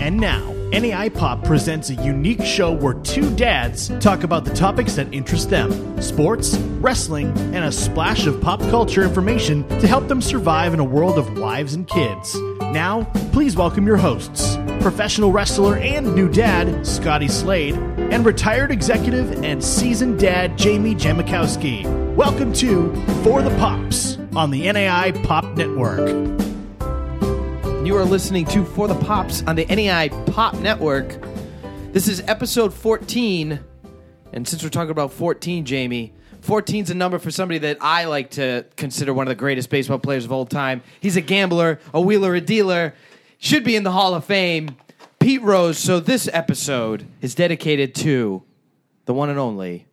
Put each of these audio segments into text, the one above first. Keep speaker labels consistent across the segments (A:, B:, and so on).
A: And now, NAI Pop presents a unique show where two dads talk about the topics that interest them sports, wrestling, and a splash of pop culture information to help them survive in a world of wives and kids. Now, please welcome your hosts professional wrestler and new dad, Scotty Slade, and retired executive and seasoned dad, Jamie Jamakowski. Welcome to For the Pops on the NAI Pop Network.
B: You are listening to For the Pops on the NEI Pop Network. This is episode 14. And since we're talking about 14, Jamie, 14 is a number for somebody that I like to consider one of the greatest baseball players of all time. He's a gambler, a wheeler, a dealer, should be in the Hall of Fame, Pete Rose. So this episode is dedicated to the one and only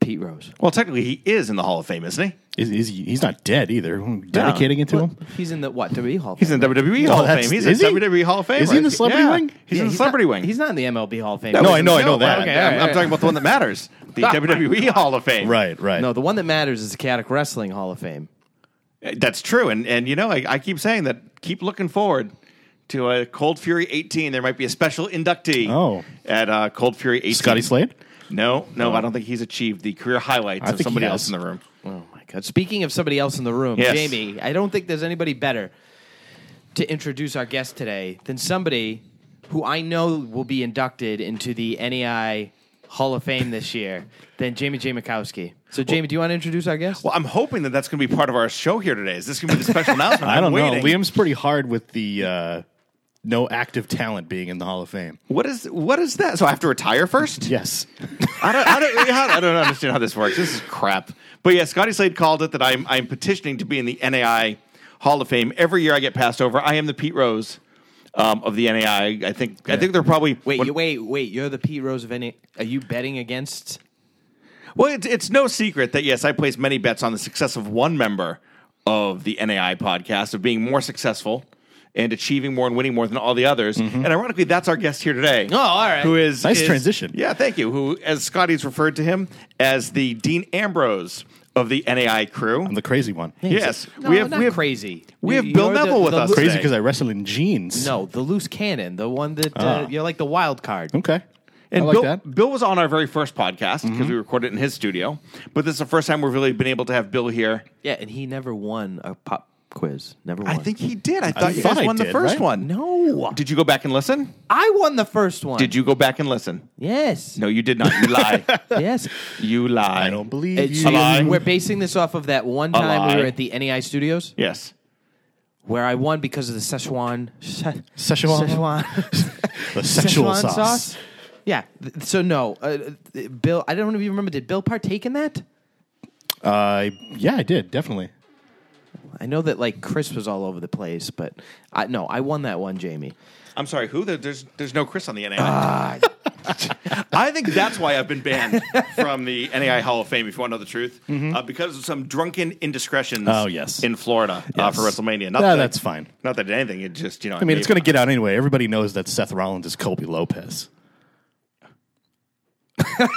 B: Pete Rose.
C: Well, technically, he is in the Hall of Fame, isn't he?
A: Is, is he, he's not dead either. Dedicating it to him.
B: He's in the what? WWE Hall of
C: He's
B: Fame.
C: in the WWE Hall of
A: that's-
C: Fame. He's
A: is
C: in
A: he?
C: WWE Hall of Fame.
A: Is he in the celebrity wing?
C: He's
B: Yeah,
C: in the
B: he's
C: celebrity
B: not-
C: wing.
B: He's not in the MLB Hall of Fame.
A: No, I know, I know that.
C: Okay,
B: Okay, all
C: I'm,
B: right,
C: I'm
B: all
C: talking about the one that matters. The WWE Hall of Fame.
A: Right, right.
B: No, the one that matters is the Chaotic Wrestling Hall of Fame.
C: Uh, That's true. And and you know, I, I keep saying that. Keep looking forward to a Cold Fury 18. There might be a special inductee.
A: Oh.
C: At uh, Cold Fury 18.
A: Scotty Slade? Oh.
C: No, no, I don't think he's achieved the career highlights
A: I think
C: of
A: he
C: somebody
A: has.
C: else in the room.
B: Oh my God! Speaking of somebody else in the room,
C: Yes.
B: Jamie, I don't think there's anybody better to introduce our guest today than somebody who I know will be inducted into the NEI Hall of Fame this year than Jamie J. Mikowski. So, Jamie, do you want to introduce our guest?
C: Well, I'm hoping that that's going to be part of our show here today. Is this going to be the special announcement?
A: I
C: I'm
A: don't know.
C: waiting.
A: Liam's pretty hard with the uh, no active talent being in the Hall of Fame.
C: What is what is that? So I have to retire first?
A: Yes.
C: I don't, I, don't, how- I don't understand how this works. This is crap. But yeah, Scotty Slade called it that I'm, I'm petitioning to be in the NAI Hall of Fame. Every year I get passed over. I am the Pete Rose um, of the NAI. I think I think they're probably
B: wait,
C: when-
B: you, wait, wait! You're the Pete Rose of NEI. Are you betting against?
C: Well, it's, it's no secret that yes, I place many bets on the success of one member of the NAI podcast of being more successful and achieving more and winning more than all the others. And ironically, that's our guest here today.
B: Mm-hmm. Oh, all right.
C: Who is
A: Nice
C: is-
A: transition.
C: Yeah, thank you. Who, as Scotty's referred to him, as the Dean Ambrose of the NAI crew.
A: I'm the crazy one.
C: yes,
B: No,
C: we have
B: not
C: we have
B: crazy.
C: we
B: You-
C: have Bill
B: you're the-
C: Neville with
B: the
C: us
B: lo-
C: today.
A: Crazy because I wrestle in jeans.
B: No, the loose cannon, the one that uh,
A: Ah.
B: you're like the wild card.
A: Okay.
C: And
A: I like
C: Bill,
A: that.
C: Bill was on our very first podcast because we recorded it in his studio. But this is the first time we've really been able to have Bill here.
B: Yeah, and he never won a pop quiz. Never won.
C: I think he did. I thought you
A: thought
C: guys
A: I
C: won
A: did,
C: the first
A: right?
C: one.
B: No.
C: Did you go back and listen?
B: I won the first one.
C: Did you go back and listen?
B: Yes.
C: No, you did not. You lie.
B: Yes.
C: You lie.
A: I don't believe
B: It's-
A: you.
C: lie.
B: we're basing this off of that one time we
C: lie.
B: were at the NEI Studios
C: Yes.
B: where I won because of the Szechuan Szechuan
A: Szechuan? The sexual
B: Szechuan
A: sauce.
B: Yeah. Th- So no, uh, uh, Bill. I don't even remember. Did Bill partake in that?
A: Uh, yeah, I did. Definitely.
B: I know that like Chris was all over the place, but I, no, I won that one, Jamie.
C: I'm sorry. Who? There- There's there's no Chris on the NAI. I think that's why I've been banned from the NAI Hall of Fame. If you want to know the truth, uh, because of some drunken indiscretions.
A: Oh, yes.
C: in Florida uh, for WrestleMania. Not
A: Yeah,
C: that-
A: that's fine.
C: Not that anything. It just you know.
A: I mean, it's going to get out anyway. Everybody knows that Seth Rollins is Kobe Lopez.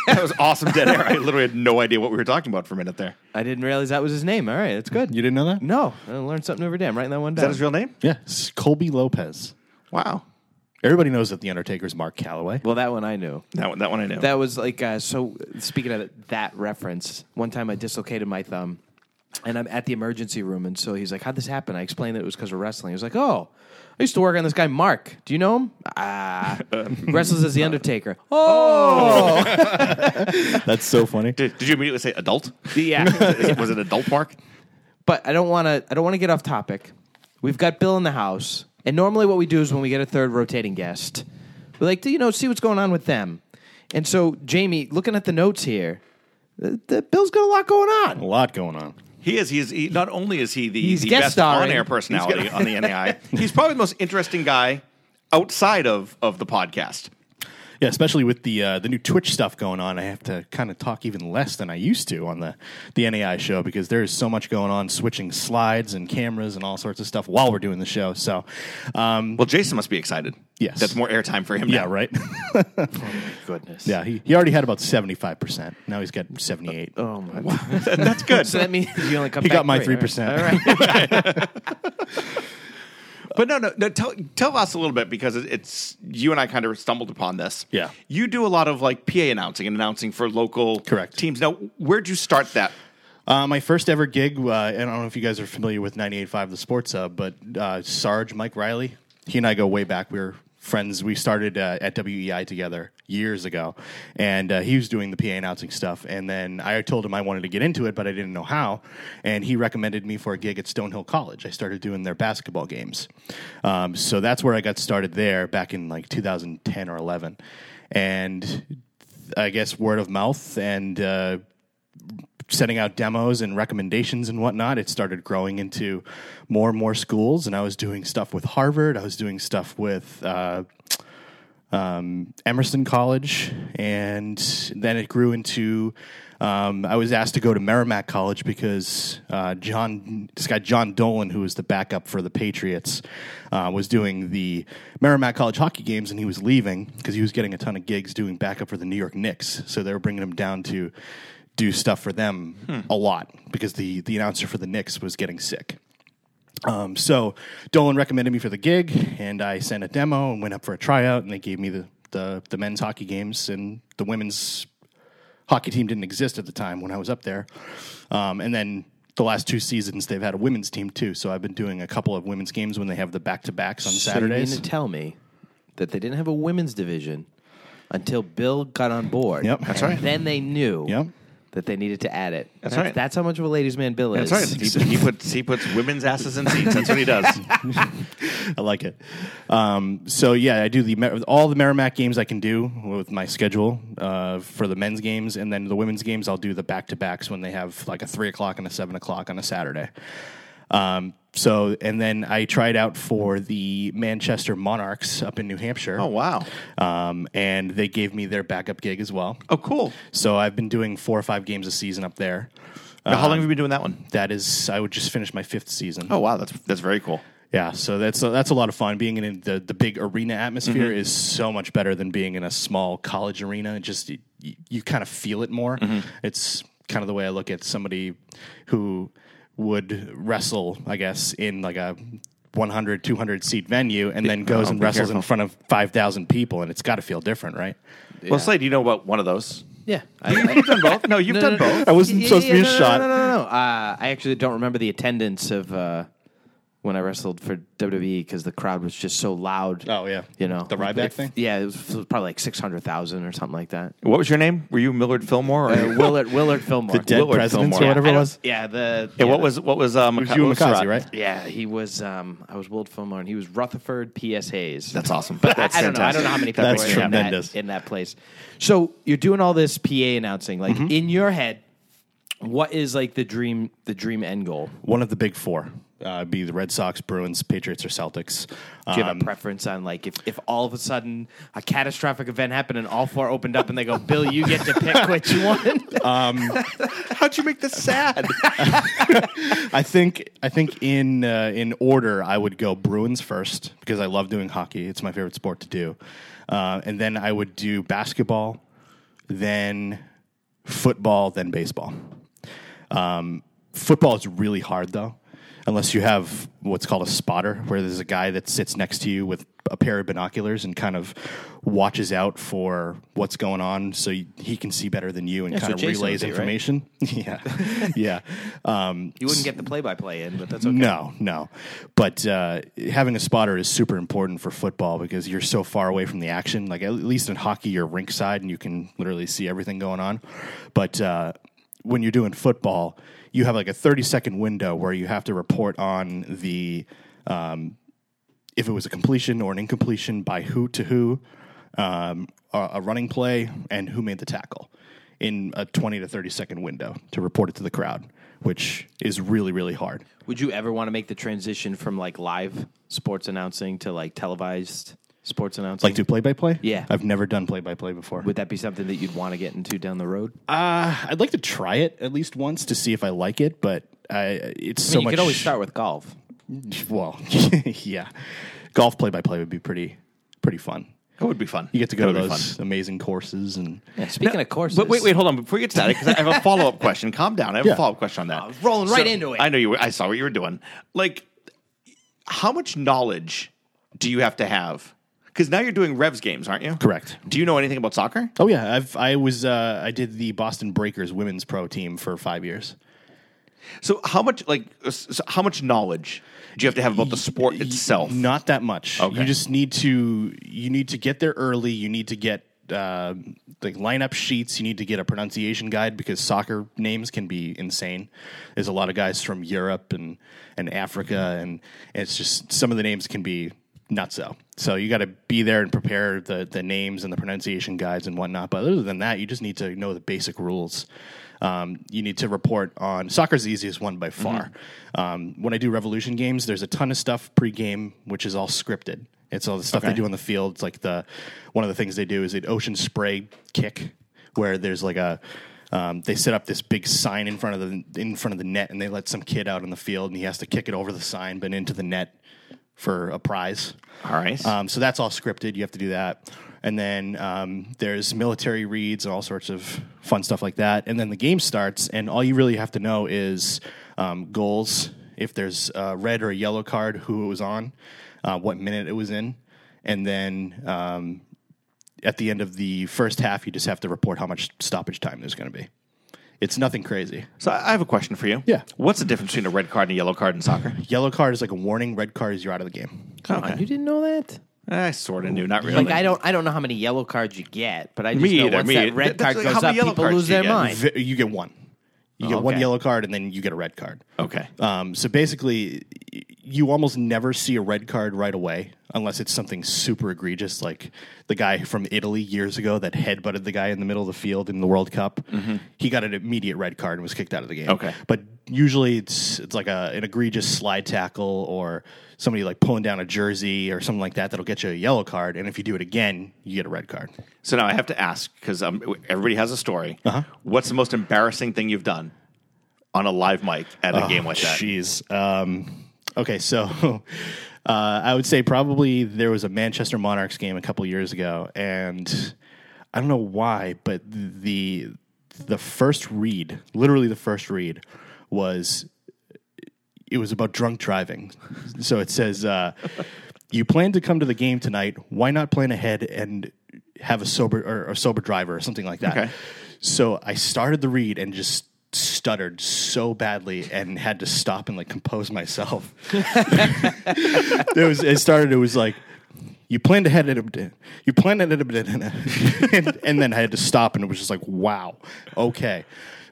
C: That was awesome dead air. I literally had no idea what we were talking about for a minute there.
B: I didn't realize that was his name. All right, that's good.
A: You didn't know that?
B: No, I learned something every day. I'm writing that one
C: Is that
B: down.
C: his real name?
A: Yeah, it's Kobe Lopez.
C: Wow.
A: Everybody knows that The Undertaker's Mark Calloway.
B: well, that one I knew.
C: That one. That one I know.
B: That was like uh, so. Speaking of that reference, one time I dislocated my thumb, and I'm at the emergency room, and so he's like, "How'd this happen?" I explained that it was because of wrestling. He was like, "Oh, I used to work on this guy Mark. Do you know him? Ah, wrestles as the Undertaker. Oh,
A: That's so funny.
C: did, did you immediately say adult?
B: yeah."
C: Is it- was it adult mark?
B: but I don't want to. I don't want to get off topic. We've got Bill in the house, and normally what we do is when we get a third rotating guest, we like to you know see what's going on with them. And so Jamie, looking at the notes here, the, the Bill's got a lot going
A: A
B: on.
A: lot going on.
C: He is. He is. He, not only is he the,
B: He's
C: the
B: guest
C: best
B: starring.
C: on-air personality on the NAI, he's probably the most interesting guy outside of of the podcast.
A: Yeah, especially with the uh, the new Twitch stuff going on, I have to kind of talk even less than I used to on the the NAI show because there is so much going on, switching slides and cameras and all sorts of stuff while we're doing the show. So, um,
C: Well, Jason must be excited.
A: Yes.
C: that's more airtime for him.
A: yeah,
C: now.
A: right.
B: Oh, Goodness.
A: yeah, he, he already had about seventy five percent. Now he's got seventy eight.
B: Oh my.
C: that's good.
B: So that means you only come.
A: He
B: back
A: got my
B: three.
A: 3%.
B: All right. All right.
C: But no, no, no. Tell tell us a little bit because it- it's you and I kind of stumbled upon this.
A: Yeah.
C: you do a lot of like PA announcing and announcing for local
A: Correct.
C: teams. Now, where'd you start that?
A: Uh, my first ever gig, uh, and I don't know if you guys are familiar with 98.5 The Sports Hub, but uh, Sarge, Mike Riley, he and I go way back. We were friends. We started uh, at WEI together years ago, and uh, he was doing the PA announcing stuff. And then I told him I wanted to get into it, but I didn't know how. And he recommended me for a gig at Stonehill College. I started doing their basketball games. Um, so that's where I got started there back in like 2010 or 11. And I guess, word of mouth and uh, sending out demos and recommendations and whatnot, it started growing into more and more schools. And I was doing stuff with Harvard, I was doing stuff with uh, um, Emerson College, and then it grew into. Um, I was asked to go to Merrimack College because uh, John, this guy John Dolan, who was the backup for the Patriots, uh, was doing the Merrimack College hockey games, and he was leaving because he was getting a ton of gigs doing backup for the New York Knicks. So they were bringing him down to do stuff for them a lot because the the announcer for the Knicks was getting sick. Um, so Dolan recommended me for the gig, and I sent a demo and went up for a tryout, and they gave me the the, the men's hockey games and the women's hockey team didn't exist at the time when I was up there. Um, and then the last two seasons they've had a women's team too, so I've been doing a couple of women's games when they have the back to backs on
B: So
A: Saturdays.
B: you mean to tell me that they didn't have a women's division until Bill got on board.
A: Yep. That's
B: And
A: right.
B: Then they knew
A: Yep.
B: that they needed to add it. That's,
C: right.
B: That's how much of a ladies' man Bill is.
C: He, he puts he puts women's asses in seats. That's what he does.
A: I like it. Um, so yeah, I do the Mer- all the Merrimack games I can do with my schedule uh, for the men's games, and then the women's games I'll do the back to backs when they have like a three o'clock and a seven o'clock on a Saturday. Um, so and then I tried out for the Manchester Monarchs up in New Hampshire.
C: Oh wow.
A: Um, and they gave me their backup gig as well.
C: Oh cool.
A: So I've been doing four or five games a season up there.
C: Now, how long have you been doing that one?
A: That is, I would just finish my fifth season.
C: Oh wow, that's that's very cool.
A: Yeah, so that's that's a lot of fun. Being in the the big arena atmosphere
B: Mm-hmm.
A: is so much better than being in a small college arena. It just you, you kind of feel it more.
B: Mm-hmm.
A: It's kind of the way I look at somebody who would wrestle, I guess, in like a 100 200 seat venue and then goes
C: Oh,
A: and
C: be
A: wrestles
C: careful.
A: in front of 5,000 people and it's got to feel different, right?
C: Well, Slade, you know about one of those.
B: Yeah. I, have done both.
C: No, Uh, you've done both.
A: I wasn't supposed to be a
B: no, no,
A: shot.
B: No, no, no, no. Uh, I actually don't remember the attendance of uh, when I wrestled for WWE because the crowd was just so loud.
A: Oh, yeah.
B: You know
A: The Ryback
B: Like,
A: thing?
B: Yeah, it was, it was probably like six hundred thousand or something like that.
C: What was your name? Were you Millard Fillmore? Or
B: Uh, Willard Willard Fillmore.
A: The dead
C: Willard
A: presidents
C: Fillmore.
A: or whatever
B: I
A: it
B: don't-
A: was.
B: Yeah, the
C: Yeah, what
B: yeah.
C: was what was um
A: It was you and Mikazi, right?
B: Yeah, he was. Um, I was Willard Fillmore, and he was Rutherford P.S. Hayes.
C: That's awesome. But
B: I-
C: that's
B: I don't know. I don't know how many people
A: That's
B: were in
A: tremendous.
B: that, in that place. So you're doing all this PA announcing, like
A: Mm-hmm.
B: in your head. What is like the dream? The dream end goal?
A: One of the big 4. Uh, be the Red Sox, Bruins, Patriots, or Celtics.
B: Do you have
A: Um,
B: a preference on like if, if all of a sudden a catastrophic event happened and all four opened up and they go, Bill, you get to pick which one?
C: How'd you make this sad?
A: I think I think in uh, in order I would go Bruins first because I love doing hockey. It's my favorite sport to do, uh, and then I would do basketball, then football, then baseball. Um, football is really hard though, unless you have what's called a spotter, where there's a guy that sits next to you with a pair of binoculars and kind of watches out for what's going on, so y- he can see better than you and
B: That's
A: kind
B: what
A: of
B: Jason
A: relays
B: would do, right?
A: information. yeah, yeah. Um,
B: You wouldn't get the play by play in, but that's okay.
A: no, no. But uh, having a spotter is super important for football because you're so far away from the action. Like at least in hockey, you're rinkside and you can literally see everything going on. But uh, when you're doing football, you have like a 30 second window where you have to report on the um, if it was a completion or an incompletion by who to who, um, a, a running play, and who made the tackle in a 20 to 30 second window to report it to the crowd, which is really, really hard.
B: Would you ever want to make the transition from like live sports announcing to like televised sports announcing?
A: Like do play by play?
B: Yeah.
A: I've never done play by play before.
B: would that be something that you'd want to get into down the road?
A: uh, I'd like to try it at least once to see if I like it, but I, it's so
B: you
A: much.
B: could always start with golf.
A: Well, yeah, golf play by play would be pretty pretty fun.
C: That would be fun.
A: You get to go
C: That
A: to
C: would be
A: those amazing courses and
B: Speaking of courses,
C: But wait, wait, hold on. Before you get to that, because I have a follow up question. Calm down. I have
A: Yeah.
C: a follow up question on that.
B: was rolling right into it.
C: I know you. Were, I saw what you were doing. Like, how much knowledge do you have to have? Because now you're doing Revs games, aren't you?
A: Correct.
C: Do you know anything about soccer?
A: Oh yeah, I've I was uh, I did the Boston Breakers women's pro team for five years.
C: So how much like s- s- how much knowledge do you have to have about the sport itself?
A: Not that much.
C: Okay.
A: You just need to you need to get there early. You need to get uh, like lineup sheets. You need to get a pronunciation guide because soccer names can be insane. There's a lot of guys from Europe and and Africa, and, and it's just some of the names can be not so. So you got to be there and prepare the the names and the pronunciation guides and whatnot. But other than that, you just need to know the basic rules. Um, you need to report on soccer's the easiest one by far. Um, when I do revolution games, there's a ton of stuff pre-game, which is all scripted. It's all the stuff they do on the field. It's like the one of the things they do is an ocean spray kick, where there's like a um, they set up this big sign in front of the in front of the net, and they let some kid out on the field, and he has to kick it over the sign, but into the net for a prize.
C: All right.
A: Um, so that's all scripted. You have to do that. And then um, there's military reads and all sorts of fun stuff like that. And then the game starts, and all you really have to know is um, goals, if there's a red or a yellow card, who it was on, uh, what minute it was in. And then um, at the end of the first half, you just have to report how much stoppage time there's going to be. It's nothing crazy.
C: so I I have a question for you.
A: Yeah.
C: What's the difference between a red card and a yellow card in soccer?
A: Yellow card is like a warning, red card is you're out of the game.
B: You didn't know that?
C: I sort of knew, not really.
B: Like I don't, I don't know how many yellow cards you get, but I just
C: Me
B: know
C: either,
B: once
C: me
B: that
C: either.
B: red
C: That's
B: card
C: like, how
B: goes
C: many
B: up,
C: yellow
B: people
C: cards
B: lose
C: do you
B: their
C: get?
B: mind.
A: Vi- You get one. You get one
B: okay.
A: yellow card, and then you get a red card.
C: Okay.
A: Um, so basically, y- you almost never see a red card right away unless it's something super egregious, like the guy from Italy years ago that headbutted the guy in the middle of the field in the World Cup. He got an immediate red card and was kicked out of the game.
C: Okay.
A: but usually it's it's like a, an egregious slide tackle or somebody like pulling down a jersey or something like that that'll get you a yellow card, and if you do it again, you get a red card.
C: So now I have to ask because um, everybody has a story.
A: Uh-huh.
C: What's the most embarrassing thing you've done on a live mic at
A: Oh,
C: a game like that?
A: Jeez. Um, okay, so uh, I would say probably there was a Manchester Monarchs game a couple years ago, and I don't know why, but the the first read, literally the first read, was it was about drunk driving. So it says, uh, "You plan to come to the game tonight. Why not plan ahead and have a sober or a sober driver or something like that?"
C: Okay.
A: So I started the read and just stuttered so badly and had to stop and like compose myself. it was. It started. It was like. You planned ahead, and- you planned ahead, and, and then I had to stop, and it was just like, wow, okay.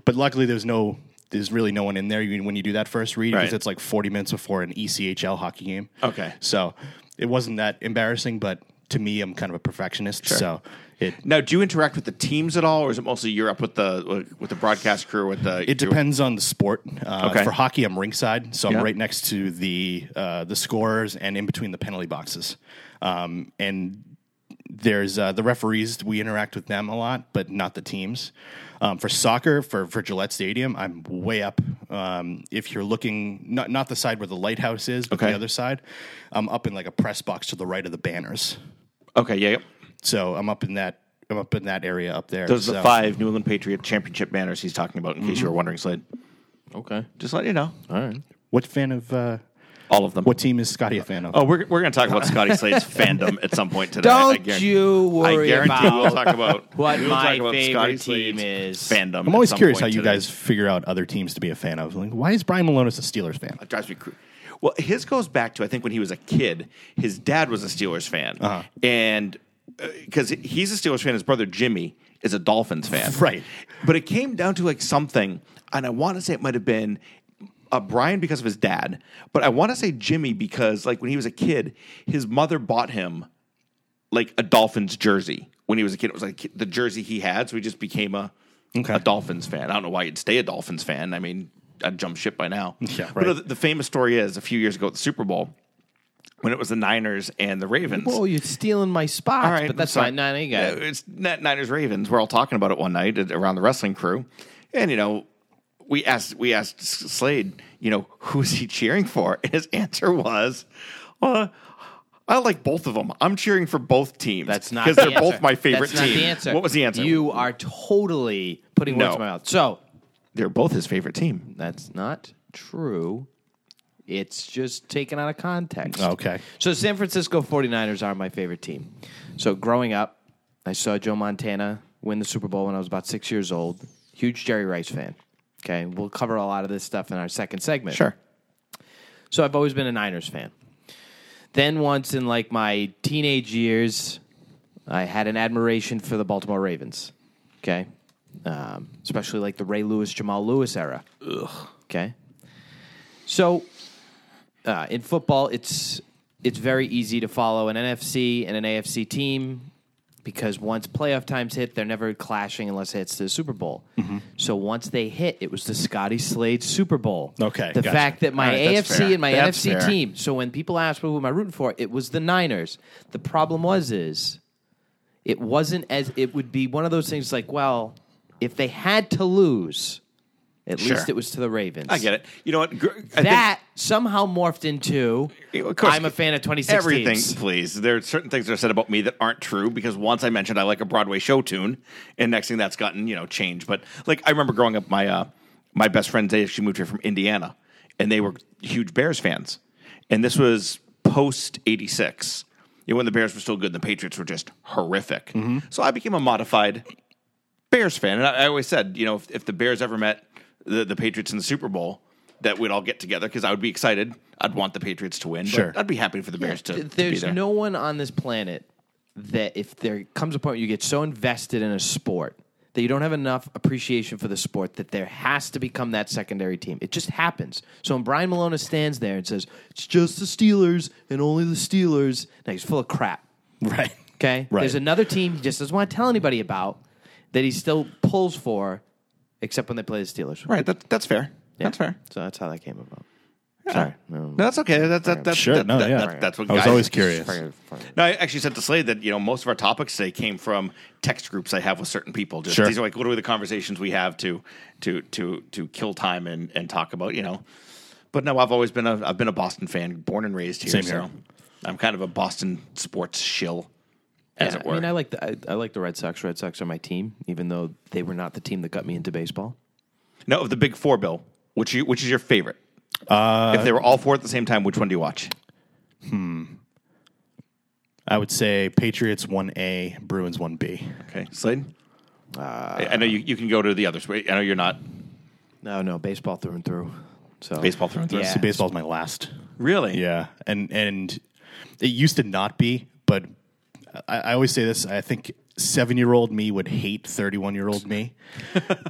A: But luckily, there's no, there's really no one in there you- when you do that first read because
C: Right.
A: it's like 40 minutes before an E ECHL hockey game.
C: Okay.
A: so it wasn't that embarrassing, but to me, I'm kind of a perfectionist, so it
C: Now, do you interact with the teams at all, or is it mostly you're up with the with the broadcast crew? With the
A: It depends on the sport. Uh,
C: Okay.
A: For hockey, I'm ringside, so I'm
C: Yeah.
A: right next to the uh, the scorers and in between the penalty boxes. Um, and there's uh, the referees. We interact with them a lot, but not the teams. Um, for soccer, for for Gillette Stadium, I'm way up. Um, if you're looking, not not the side where the lighthouse is, but
C: Okay.
A: the other side, I'm up in like a press box to the right of the banners.
C: Okay, yeah. yeah.
A: So I'm up in that. I'm up in that area up there.
C: Those are the
A: So-
C: five New England Patriot championship banners he's talking about. In case
B: Mm-hmm.
C: you were wondering, Slade.
B: Okay,
C: Just let you know,
B: all right.
A: What fan of uh,
C: all of them.
A: what team is Scotty a fan of?
C: Oh, we're, we're going to talk about Scotty Slade's fandom at some point today. I
B: Don't
C: guarantee-
B: you worry
C: I guarantee
B: about
C: we'll talk about
B: what
C: we'll
B: my
C: talk about
B: favorite
C: Scotty
B: team
C: Slade's
B: is.
C: Fandom.
A: I'm always
C: at some
A: curious
C: point
A: how you
C: today.
A: guys figure out other teams to be a fan of. Like, why is Brian Malonis a Steelers fan?
C: It drives me crazy. Well, his goes back to I think when he was a kid. His dad was a Steelers fan, and because he's a Steelers fan, his brother Jimmy is a Dolphins fan,
A: Right.
C: But it came down to like something, and I want to say it might have been. Uh, Brian because of his dad, but I want to say Jimmy because like when he was a kid, his mother bought him like a Dolphins jersey when he was a kid. It was like the jersey he had, so he just became a
A: Okay.
C: a Dolphins fan. I don't know why you'd stay a Dolphins fan. I mean, I'd jump ship by now.
A: Yeah,
C: But
A: right.
C: the, the famous story is a few years ago at the Super Bowl when it was the Niners and the Ravens.
B: Whoa, you're stealing my spot,
C: All right,
B: but that's
C: so-
B: fine. No, no, you got
C: Yeah,
B: it.
C: It's N- Niners Ravens. We're all talking about it one night at- around the wrestling crew, and you know, we asked we asked S- Slade, you know, who's he cheering for, and his answer was, "Well, I like both of them. I'm cheering for both teams.
B: That's not
C: because
B: the
C: they're
B: answer.
C: both my favorite
B: That's not
C: team.
B: the answer.
C: What was the answer?
B: You are totally putting words
C: No.
B: in my mouth. So
C: They're both his favorite team.
B: that's not true. It's just taken out of context.
A: Okay.
B: So San Francisco 49ers are my favorite team. So growing up, I saw Joe Montana win the Super Bowl when I was about six years old. Huge Jerry Rice fan. Okay. We'll cover a lot of this stuff in our second segment. So I've always been a Niners fan. Then once in like my teenage years, I had an admiration for the Baltimore Ravens. Okay, um, especially like the Ray Lewis, Jamal Lewis era. Ugh. Okay, so uh, in football, it's it's very easy to follow an NFC and an AFC team because once playoff times hit, they're never clashing unless it hits the Super Bowl.
C: Mm-hmm.
B: So once they hit, it was the Scotty Slade Super Bowl.
A: Okay,
B: the
A: gotcha.
B: fact that my
C: All right, that's fair.
B: AFC and my
C: That's
B: NFC
C: fair.
B: team. So when people ask me who am I rooting for, it was the Niners. The problem was is it wasn't as it would be one of those things like, well, if they had to lose, at
C: Sure.
B: least it was to the Ravens.
C: I get it. You know what? Gr- I
B: That somehow morphed into
C: think- of course,
B: I'm a fan of 26
C: Everything,
B: teams.
C: please. There are certain things that are said about me that aren't true because once I mentioned I like a Broadway show tune, and next thing that's gotten you know changed. But like I remember growing up, my uh, my best friend Dave, she moved here from Indiana, and they were huge Bears fans, and this was post '86. You know, when the Bears were still good, and the Patriots were just horrific. So I became a modified Bears fan, and I, I always said, you know, if, if the Bears ever met the, the Patriots in the Super Bowl, that we'd all get together because I would be excited. I'd want the Patriots to win. but
A: Sure.
C: I'd be happy for the Bears to, to be
B: There's
C: there.
B: no one on this planet that if there comes a point where you get so invested in a sport that you don't have enough appreciation for the sport that there has to become that secondary team. It just happens. So when Brian Malona stands there and says, It's just the Steelers and only the Steelers, now he's full of crap.
A: Right.
B: Okay.
A: Right.
B: There's another team he just doesn't want to tell anybody about that he still pulls for, except when they play the Steelers.
C: right. That, that's fair. That's fair.
B: So that's how that came about. Sorry. No.
C: No, that's okay. That, that, that,
A: Sure,
C: that-
A: no,
C: that-
A: yeah.
C: that- that's what
A: I was
C: guys-
A: always curious.
C: No, I actually said to Slade that you know most of our topics today came from text groups I have with certain people. Just
A: Sure.
C: these are like literally the conversations we have to to to to kill time and and talk about you know. But no, I've always been a I've been a Boston fan, born and raised here.
A: Same
C: So
A: here.
C: I'm kind of a Boston sports shill, as
B: Yeah,
C: it were.
B: I mean, I like the I, I like the Red Sox. Red Sox are my team, even though they were not the team that got me into baseball.
C: no, of the Big Four, Bill, which you, which is your favorite? Uh, if they were all four at the same time, which one do you watch?
A: I would say Patriots 1A, Bruins 1B.
C: Okay, Slade. I I know you, you can go to the others. I know you're not
B: No, no, baseball through and through. So
C: baseball through and through.
B: Yeah.
A: So baseball's my last.
C: Really?
A: Yeah, and and it used to not be, but I, I always say this. I think seven year old me would hate thirty one year old me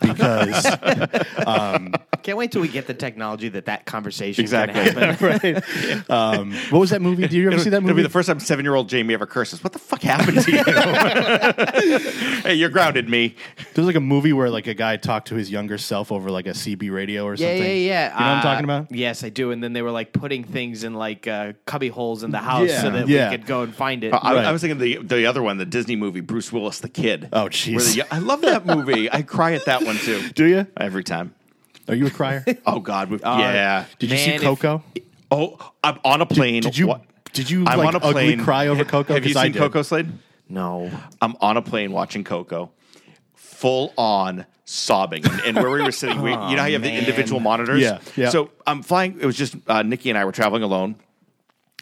A: because
B: Can't wait till we get the technology that that conversation
C: Exactly.
B: can happen.
A: right. Um, what was that movie? Did you ever see that
C: It'll
A: movie?
C: be the first time seven year old Jamie ever curses. What the fuck happened to you? hey, you're grounded, me.
A: There's like a movie where like a guy talked to his younger self over like a CB radio or
B: Yeah,
A: something.
B: yeah, yeah.
A: You know what I'm
B: Uh,
A: talking about?
B: Yes, I do. And then they were like putting things in like uh, cubby holes in the house
A: Yeah.
B: so that
A: Yeah.
B: we could go and find it.
C: I,
A: Right.
C: I was thinking the the other one, the Disney movie, Bruce Willis, the kid.
A: Oh,
C: Where the
A: jeez.
C: yo- I love that movie. I cry at that one too.
A: Do you?
C: every time?
A: Are you a crier?
C: Oh God, we yeah.
A: Did you
B: Man,
A: see
B: if-
A: Coco?
C: Oh, I'm on a plane.
A: Did you?
C: What-
A: Did you?
C: I'm
A: like,
C: on a
A: ugly
C: plane.
A: Cry over Coco?
C: Have you
A: 'Cause I
C: seen
A: did.
C: Coco Slade?
B: no,
C: I'm on a plane watching Coco, full on sobbing. And, and where we were sitting, we, you know how you have the
B: Oh, man.
C: individual monitors?
A: Yeah, yeah.
C: So I'm flying, it was just uh, Nikki and I were traveling alone.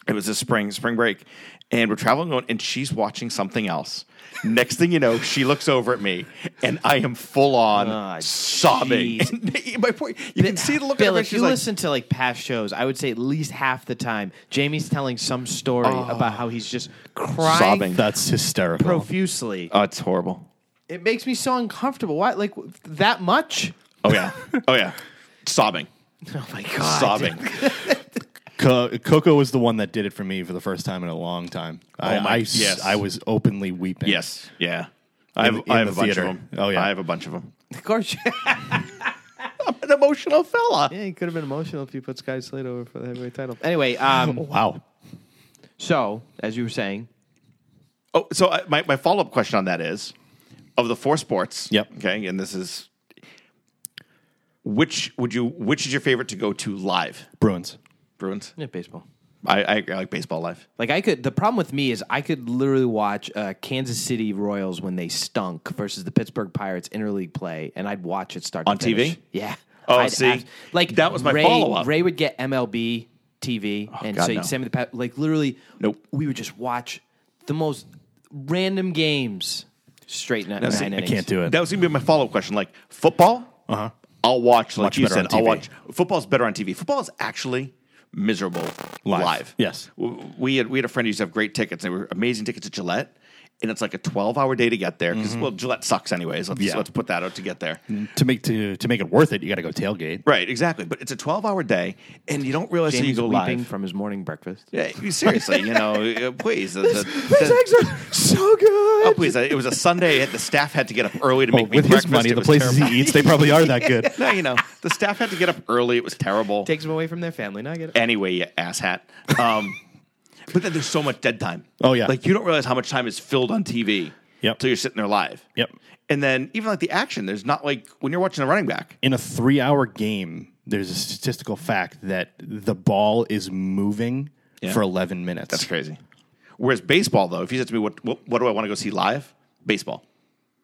C: It was a spring, spring break. And we're traveling alone, and she's watching something else. Next thing you know, she looks over at me, and I am full on
B: Ah,
C: sobbing.
B: jeez.
C: And my point, you can see the look
B: Bill,
C: on her
B: if
C: face. She's
B: you
C: like,
B: listen to like past shows, I would say at least half the time Jamie's telling some story about how he's just crying
C: Sobbing.
A: That's hysterical.
B: profusely.
C: oh, it's horrible.
B: It makes me so uncomfortable. Why? Like that much?
C: Oh, yeah. Oh, yeah. Sobbing.
B: Oh my god!
C: Sobbing.
A: Co- Coco was the one that did it for me for the first time in a long time. I,
C: Oh my-
A: I s-
C: yes.
A: I was openly weeping.
C: Yes. Yeah. I have,
A: in
C: I have
A: the
C: a bunch
A: theater.
C: of them.
A: Oh, yeah.
C: I have a bunch of them.
B: Of course.
C: an emotional fella.
B: yeah, you could have been emotional if you put Sky Slade over for the heavyweight title. Anyway, um,
A: Wow.
B: so as you were saying,
C: Oh, so I, my, my follow up question on that is of the four sports.
A: Yep.
C: Okay. And this is which would you, which is your favorite to go to live?
A: Bruins.
C: Bruins?
B: yeah, baseball.
C: I, I, I like baseball live.
B: Like I could. The problem with me is I could literally watch uh, Kansas City Royals when they stunk versus the Pittsburgh Pirates interleague play, and I'd watch it start to
C: On TV?
B: finish. Yeah.
C: Oh,
B: I'd
C: see?
B: abs- like
C: That was my
B: Ray-
C: follow-up. Oh,
B: Ray would get MLB TV, and
C: God,
B: so you
C: no.
B: send me the pa- like literally.
C: Nope.
B: We would just watch the most random games straight nine,
C: see,
B: nine
C: I
B: innings.
A: Can't do it.
C: That was going to be my follow up question. Like football, uh-huh. I'll watch. Like
A: Much
C: you
A: better
C: said,
A: on
C: I'll
A: TV.
C: watch. Football's better on TV. Football is actually miserable live.
A: Yes.
C: W- we had we had a friend who used to have great tickets. They were amazing tickets at Gillette. And it's like a twelve-hour day to get there because well, Gillette sucks anyways. Let's
A: Mm-hmm. Yeah.
C: let's put that out to get there.
A: to make to to make it worth it, you got to go tailgate.
C: Right, exactly. But it's a twelve-hour day, and you don't realize
B: Jamie's
C: that you go
B: weeping
C: live.
B: from his morning breakfast.
C: Yeah, you- seriously, you know, uh, please. the-
B: These
C: the- the-
B: eggs are so good.
C: Oh, please. It was a Sunday. and The staff had to get up early to make me
A: Oh, With his
C: breakfast.
A: money,
C: It
A: the
C: was
A: places
C: terrible.
A: he eats, they probably are that good.
C: No, you know, the staff had to get up early. It was terrible.
B: Takes them away from their family. Now I get it.
C: anyway, you asshat. Um, but then there's so much dead time.
A: Oh, yeah.
C: like you don't realize how much time is filled on TV.
A: Yep.
C: Till you're sitting there live.
A: Yep.
C: And then even like the action, there's not like when you're watching a running back.
A: In a three-hour game, there's a statistical fact that the ball is moving
C: Yeah.
A: for 11 minutes.
C: That's crazy. Whereas baseball, though, if you said to me, "What what, what do I want to go see live?" Baseball.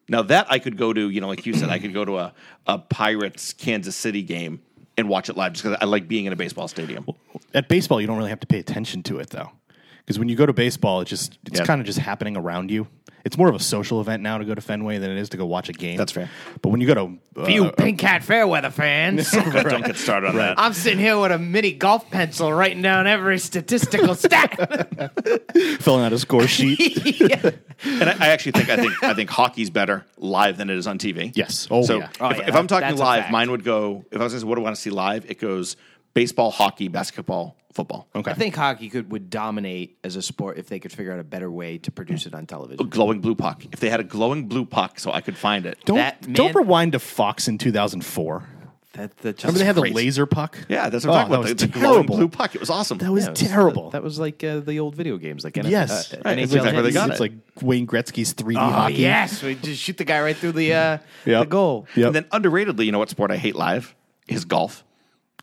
C: Now that I could go to, you know, like you said, I could go to a a Pirates Kansas City game and watch it live just because I like being in a baseball stadium.
A: At baseball, you don't really have to pay attention to it though, because when you go to baseball, it just it's
C: Yeah.
A: kind of just happening around you. It's more of a social event now to go to Fenway than it is to go watch a game.
C: That's fair.
A: But when you go to uh,
B: You pink hat fairweather fans.
C: Don't get started on that.
B: I'm sitting here with a mini golf pencil writing down every statistical stat.
A: filling out a score sheet,
C: And I, I actually think I think I think hockey's better live than it is on TV.
A: Yes. Oh,
C: so uh,
A: yeah.
B: Oh,
C: if,
B: yeah,
C: if I'm
B: that-
C: talking
B: that's a
C: live,
B: fact.
C: mine would go. If I was going to say what do I want to see live, it goes baseball, hockey, basketball, football.
B: I think hockey could would dominate as a sport if they could figure out a better way to produce it on television.
C: Glowing blue puck. If they had a glowing blue puck, so I could find it.
A: don't
B: That man-
A: don't rewind to Fox in 2004.
B: That, that just
A: Remember they had
C: crazy.
A: the laser puck?
C: Yeah, that's
A: Oh,
C: what I'm talking
A: that
C: about.
A: was
C: The, the glowing
A: terrible.
C: blue puck. It was awesome.
A: That was terrible.
B: That was like uh, the old video games, like
A: yes,
B: uh,
A: Right,
B: NHL
A: it's like,
C: that's where they
B: hits.
C: got
A: it's
C: it.
A: like
C: Ah,
A: Wayne Gretzky's 3D
B: Oh
A: hockey.
B: yes, we just shoot the guy right through the uh,
A: Yep.
B: the goal.
A: Yep.
C: And then underratedly, you know what sport I hate live is golf.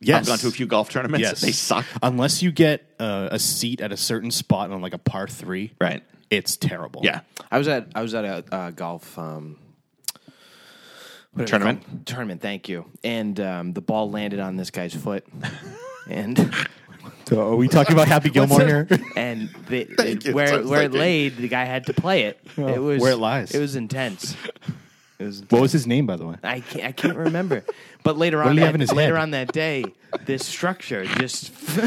A: Yes.
C: I've gone to a few golf tournaments.
A: Yes,
C: They suck.
A: Unless you get uh, a seat at a certain spot on like a par three,
C: Right.
A: It's terrible.
C: Yeah.
B: I was at I was at a uh, golf um, what is it
C: Tournament?
B: called? Tournament, thank you. And um, the ball landed on this guy's foot, and
A: So are we talking about Happy Gilmore here?
B: and the, it-
C: you.
B: where
C: That's what I was
B: where it
C: thinking.
B: laid, the guy had to play it. it was
A: where it lies.
B: It was intense. It was.
A: What was his name, by the way?
B: I can't, I can't remember. But later
A: did
B: on,
A: he
B: that,
A: have in his
B: later
A: head?
B: on that day, this structure just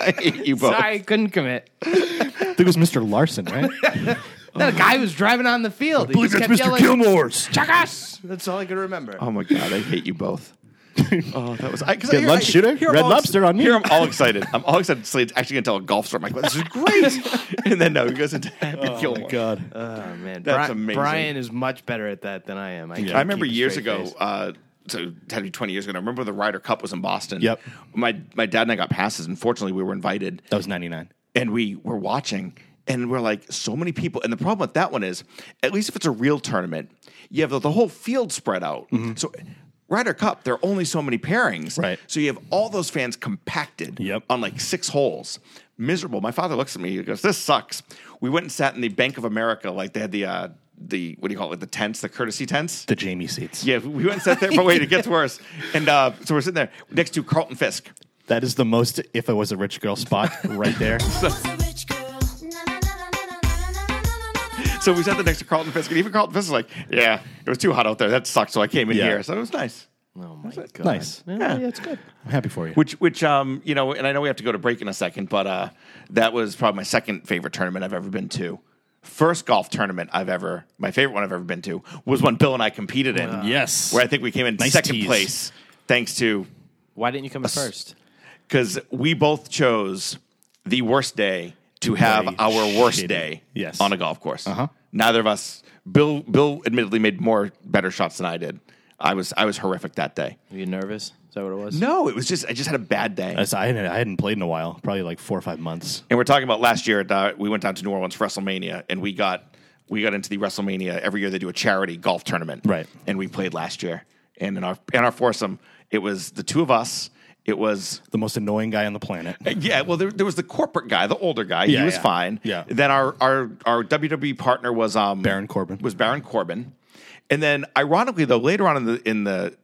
C: I hate you both.
B: sorry couldn't commit.
A: I think it was Mr. Larson, right?
C: Oh.
B: No, the guy was driving on the field. He just kept yelling,
A: Gilmore's.
B: Check us! That's all I could remember.
C: Oh my god, I hate you both. Oh, that was I, 'cause I
A: Good
C: hear-
A: lunch
C: I-
A: shooter.
C: hear I'm
A: Red
C: all
A: lobster on me.
C: Here I'm all excited. I'm all excited. Slade's actually gonna tell a golf story. I'm like, this is great. and then no, he goes into Happy Gilmore.
A: God.
C: Uh,
B: Oh, man, Bri-
C: That's amazing.
B: Brian is much better at that than I am. I, can't
C: I remember
B: keep a
C: years
B: straight
C: ago.
B: face.
C: Uh, so it had to be 20 years ago. and I remember the Ryder Cup was in Boston.
A: Yep.
C: My my dad and I got passes. Unfortunately, we were invited,
A: That was 99.
C: and we were watching, and we're like, so many people. And the problem with that one is, at least if it's a real tournament, you have the, the whole field spread out. So. Ryder Cup, there are only so many pairings.
A: Mm-hmm. Right.
C: So you have all those fans compacted
A: Yep.
C: on like six holes. Miserable. My father looks at me. He goes, "This sucks." We went and sat in the Bank of America. Like they had the uh, the what do you call it? The tents, the courtesy tents.
A: The Jamie seats.
C: Yeah, we went and sat there. But wait, it gets worse. And uh, so we're sitting there next to Carlton Fisk.
A: That is the most if I was a rich girl spot right there.
C: Oh So we sat there next to Carlton Fisk, and even Carlton Fisk was like, "Yeah, it was too hot out there. That sucked. So I came in
A: Yeah.
C: here. So it was nice."
B: Oh, my God.
A: nice.
B: Yeah, yeah, it's good.
A: I'm happy for you.
C: Which, which, um, you know, and I know we have to go to break in a second, but uh, that was probably my second favorite tournament I've ever been to. First golf tournament I've ever, my favorite one I've ever been to was when Bill and I competed in.
A: yes.
C: where I think we came in
A: Nice
C: second
A: tease.
C: place, thanks to
B: Why didn't you come first?
C: because we both chose the worst day to have
A: play
C: our worst
A: shitty.
C: day
A: Yes.
C: on a golf course. Uh-huh. Neither of us. Bill Bill admittedly made more better shots than I did. I was I was horrific that day.
B: Were you nervous? Is that what it was?
C: No, it was just I just had a bad day.
A: As I hadn't, I hadn't played in a while, probably like four or five months.
C: and we're talking about last year. Uh, we went down to New Orleans for WrestleMania, and we got we got into the WrestleMania every year. They do a charity golf tournament,
A: Right.
C: And we played last year, and in our in our foursome, it was the two of us. It was
A: The most annoying guy on the planet.
C: Yeah, well, there, there was the corporate guy, the older guy. he
A: Yeah,
C: was
A: yeah.
C: fine.
A: Yeah.
C: Then our our our WWE partner was um
A: Baron Corbin.
C: was Baron Corbin, and then ironically though later on in the in the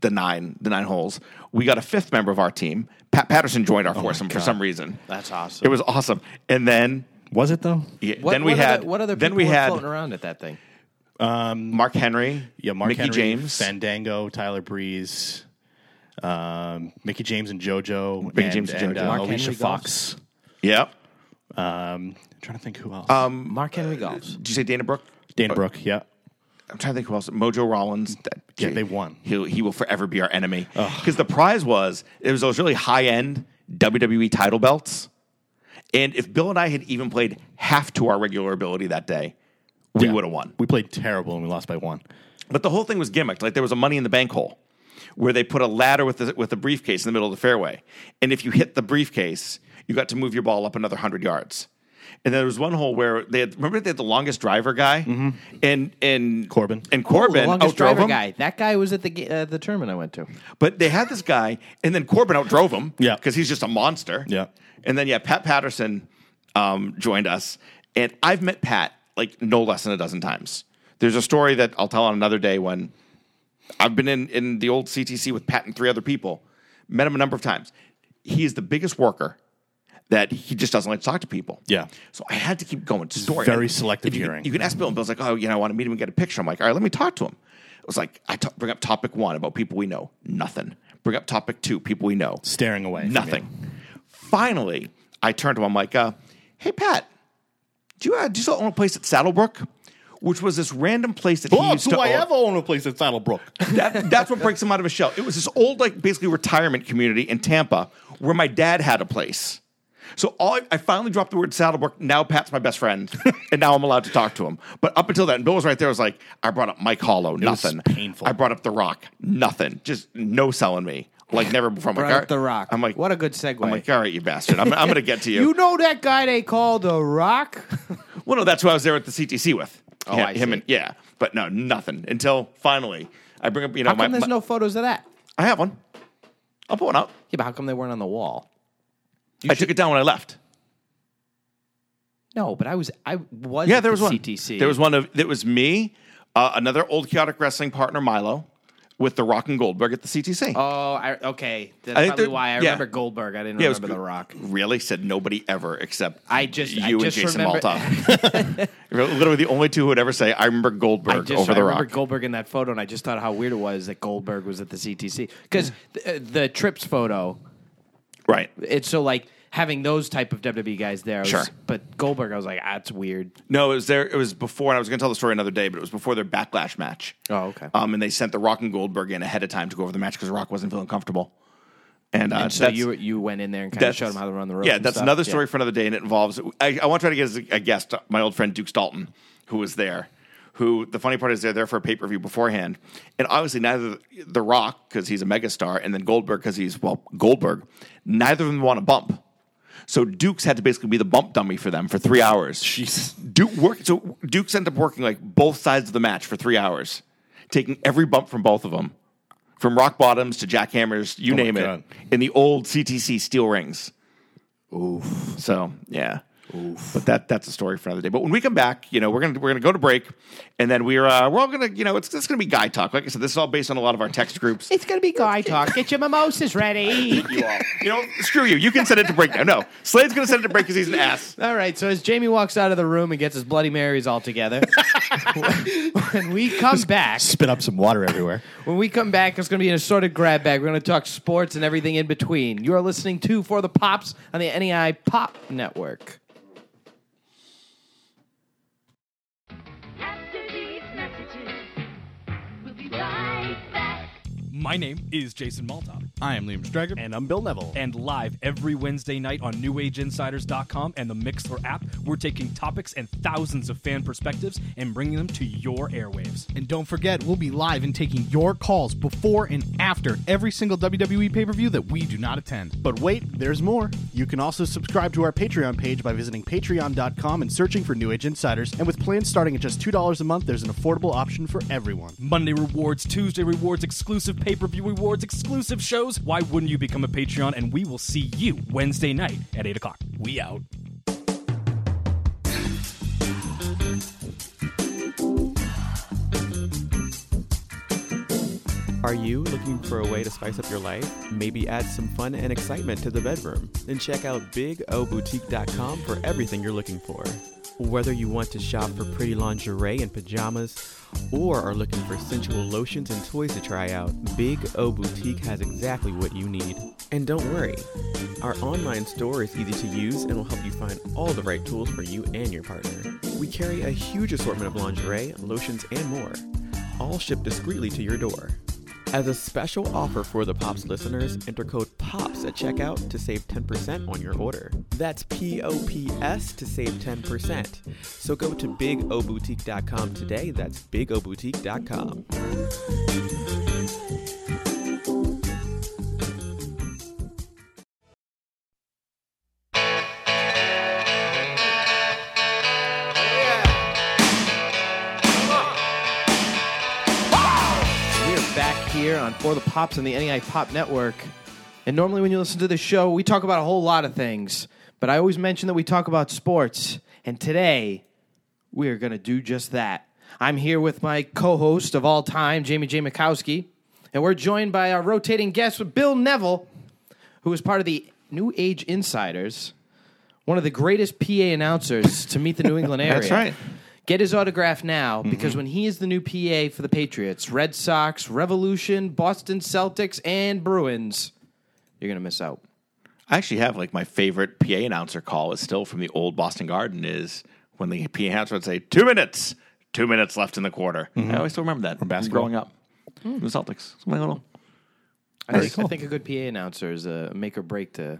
C: the nine the nine holes. We got a fifth member of our team. Pat Patterson joined
A: Oh
C: our foursome for some reason.
B: That's
C: It
B: awesome.
C: was awesome. And then
A: Was it though?
C: yeah,
B: What-
C: then we
B: what
C: had
B: other, what other
C: then
B: people
C: we
B: were
C: had
B: floating around at that thing.
C: Mark Henry,
A: Yeah, Mark
C: Mickey
A: Henry,
C: James,
A: Fandango, Tyler Breeze, um, Mickey James and JoJo,
C: Mickey
A: and,
C: James and JoJo.
A: uh,
C: Mark
A: Alicia
B: Henry
A: Fox.
C: Yep.
A: Um, trying to think who else.
C: Um,
B: Mark
C: Uh,
B: Henry golfs.
C: Did you say Dana Brooke? uh,
A: Dana Brooke. Yeah,
C: I'm trying to think who else. Mojo Rollins. That,
A: Yeah, they won.
C: He'll, he will forever be our enemy because the prize was it was those really high end WWE E title belts, and if Bill and I had even played half to our regular ability that day, we
A: Yeah.
C: would have won.
A: we played terrible and we lost by one.
C: But the whole thing was gimmicked. Like there was a money in the bank hole where they put a ladder with a, with a briefcase in the middle of the fairway. And if you hit the briefcase, you got to move your ball up another 100 yards. And there was one hole where they had, remember they had the longest driver guy and and
A: Mm-hmm. Corbin.
C: and
B: Oh, the
C: Corbin
B: longest
C: outdrove
B: driver
C: him.
B: guy. That guy was at the ga- uh, the tournament I went to.
C: But they had this guy, and then Corbin outdrove him.
A: Yeah.
C: because he's just a monster.
A: Yeah.
C: and then yeah, Pat Patterson um, joined us, and I've met Pat like no less than a dozen times. There's a story that I'll tell on another day when I've been in in the old CTC with Pat and three other people, met him a number of times. He is the biggest worker. That he just doesn't like to talk to people.
A: Yeah.
C: So I had to keep going. Story
A: very
C: And
A: selective
C: if you,
A: hearing.
C: You can ask Bill, and Bill's like, "Oh, you know, I want to meet him and get a picture." I'm like, "All right, let me talk to him." It was like I t- bring up topic one about people we know, nothing. Bring up topic two, people we know,
A: Staring away. from you.
C: nothing. Finally, I turned to him. I'm like, uh, "Hey, Pat, do you uh, do you still own a place at Saddlebrook?" Which was this random place that he
A: Oh,
C: used
A: do
C: to
A: I
C: own.
A: ever own a place at Saddlebrook?
C: That, that's what breaks him out of his shell. It was this old, like, basically retirement community in Tampa where my dad had a place. So all I, I finally dropped the word Saddlebrook. Now Pat's my best friend, and now I'm allowed to talk to him. But up until that, and Bill was right there. Was like, I brought up Mike Hollow,
A: was
C: nothing.
A: painful.
C: I brought up The Rock, nothing. Just no selling me, like never before. I'm like,
B: Brought
C: all
B: up
C: right.
B: The Rock.
C: I'm like,
B: What a good segue.
C: I'm like, all right, you bastard. I'm, I'm going to get to you.
B: You know that guy they call the Rock?
C: Well, no, that's who I was there at the CTC with.
B: Oh,
C: him,
B: I
C: him
B: see.
C: and yeah, but no, nothing until finally I bring up. You know,
B: How come
C: my,
B: there's
C: my-
B: no photos of that?
C: I have one. I'll put one up.
B: Yeah, but how come they weren't on the wall?
C: I took it down when I left.
B: No, but I was I was
C: Yeah,
B: at
C: there
B: the
C: was one.
B: CTC.
C: There was one of that was me, uh, another old chaotic wrestling partner, Milo, with the Rock and Goldberg at the CTC.
B: Oh, I, okay. That's
C: I think
B: probably
C: there-
B: why I
C: yeah.
B: remember Goldberg. I didn't
C: Yeah, it was
B: remember The Rock.
C: Really said nobody ever except
B: I just-
C: you
B: I
C: and
B: just
C: Jason
B: remember-
C: Malta. Literally the only two who would ever say I remember Goldberg
B: I just
C: over
B: I
C: the
B: remember
C: Rock.
B: Goldberg in that photo, and I just thought how weird it was that Goldberg was at the CTC because
C: Mm.
B: the, uh, the trips photo.
C: right.
B: It's so like having those type of WWE guys there. I was-
C: Sure.
B: but Goldberg, I was like, that's weird.
C: No, it was there. It was before, and I was going to tell the story another day, but it was before their backlash match.
B: Oh, okay.
C: Um, and they sent the Rock and Goldberg in ahead of time to go over the match because Rock wasn't feeling comfortable. And, uh,
B: And so
C: that's-
B: you you went in there and kind of
C: that's-
B: showed them how to run the ropes.
C: Yeah,
B: and
C: that's
B: stuff.
C: another
B: Yeah.
C: story for another day, and it involves. I, I want to try to get as a, a guest my old friend Duke Dalton, who was there. Who the funny part is they're there for a pay per view beforehand, and obviously neither The Rock because he's a megastar, and then Goldberg because he's well Goldberg. Neither of them want to bump, so Duke's had to basically be the bump dummy for them for three hours.
A: Jesus.
C: Duke worked. So Duke's ended up working like both sides of the match for three hours, taking every bump from both of them, from rock bottoms to jackhammers, you
A: my
C: name
A: God.
C: it, in the old CTC steel rings. Oof. So yeah. Oof. But that that's a story for another day. But when we come back, you know, we're gonna we're gonna go to break, and then we're uh, we're all gonna you know it's it's gonna be guy talk. Like I said, this is all based on a lot of our text groups.
B: It's gonna be guy talk. Get your mimosas ready.
C: you all, you know, screw you. You can send it to break now. No, Slade's gonna send it to break because he's an ass.
B: All right, so as Jamie walks out of the room and gets his Bloody Marys all together, when we come back,
A: Spit up some water everywhere.
B: When we come back, it's going to be an assorted grab bag. We're going to talk sports and everything in between. You are listening to For the Pops on the NEI Pop Network.
D: After these messages, we'll be right back.
E: My name is Jason Maltop,
A: I am Liam Strager.
F: And I'm Bill Neville.
E: and live every Wednesday night on NewAgeInsiders.com and the Mixler app, we're taking topics and thousands of fan perspectives and bringing them to your airwaves.
G: And don't forget, we'll be live and taking your calls before and after every single WWE pay per view that we do not attend.
F: But wait, there's more. You can also subscribe to our Patreon page by visiting patreon.com and searching for New Age Insiders. And with plans starting at just $2 a month, there's an affordable option for everyone.
E: Monday rewards, Tuesday rewards, exclusive pay per view rewards, exclusive shows. Why wouldn't you become a Patreon? And we will see you Wednesday night at 8 o'clock. We out.
H: Are you looking for a way to spice up your life? Maybe add some fun and excitement to the bedroom? Then check out BigOBoutique.com for everything you're looking for. Whether you want to shop for pretty lingerie and pajamas, or are looking for sensual lotions and toys to try out, Big O Boutique has exactly what you need. And don't worry, our online store is easy to use and will help you find all the right tools for you and your partner. We carry a huge assortment of lingerie, lotions, and more all shipped discreetly to your door. As a special offer for the Pops listeners, enter code POPS at checkout to save 10% on your order. That's P O P S to save 10%. So go to bigoboutique.com today. That's bigoboutique.com.
B: We are back here on For the Pops on the NEI Pop Network. And normally, when you listen to the show, we talk about a whole lot of things. But I always mention that we talk about sports. And today, we are going to do just that. I'm here with my co host of all time, Jamie J. Mikowski. And we're joined by our rotating guest, Bill Neville, who is part of the New Age Insiders, one of the greatest PA announcers to meet the New England area.
C: That's right.
B: Get his autograph now because when he is the new PA for the Patriots, Red Sox, Revolution, Boston Celtics, and Bruins, you're going to miss out.
C: I actually have like my favorite PA announcer call is still from the old Boston Garden is when the PA announcer would say two minutes, two minutes left in the quarter.
A: Mm-hmm.
C: I always still remember that from
A: basketball?
C: growing up.
A: Mm.
C: The Celtics, It's my little.
B: I think, I think a good PA announcer is a make or break to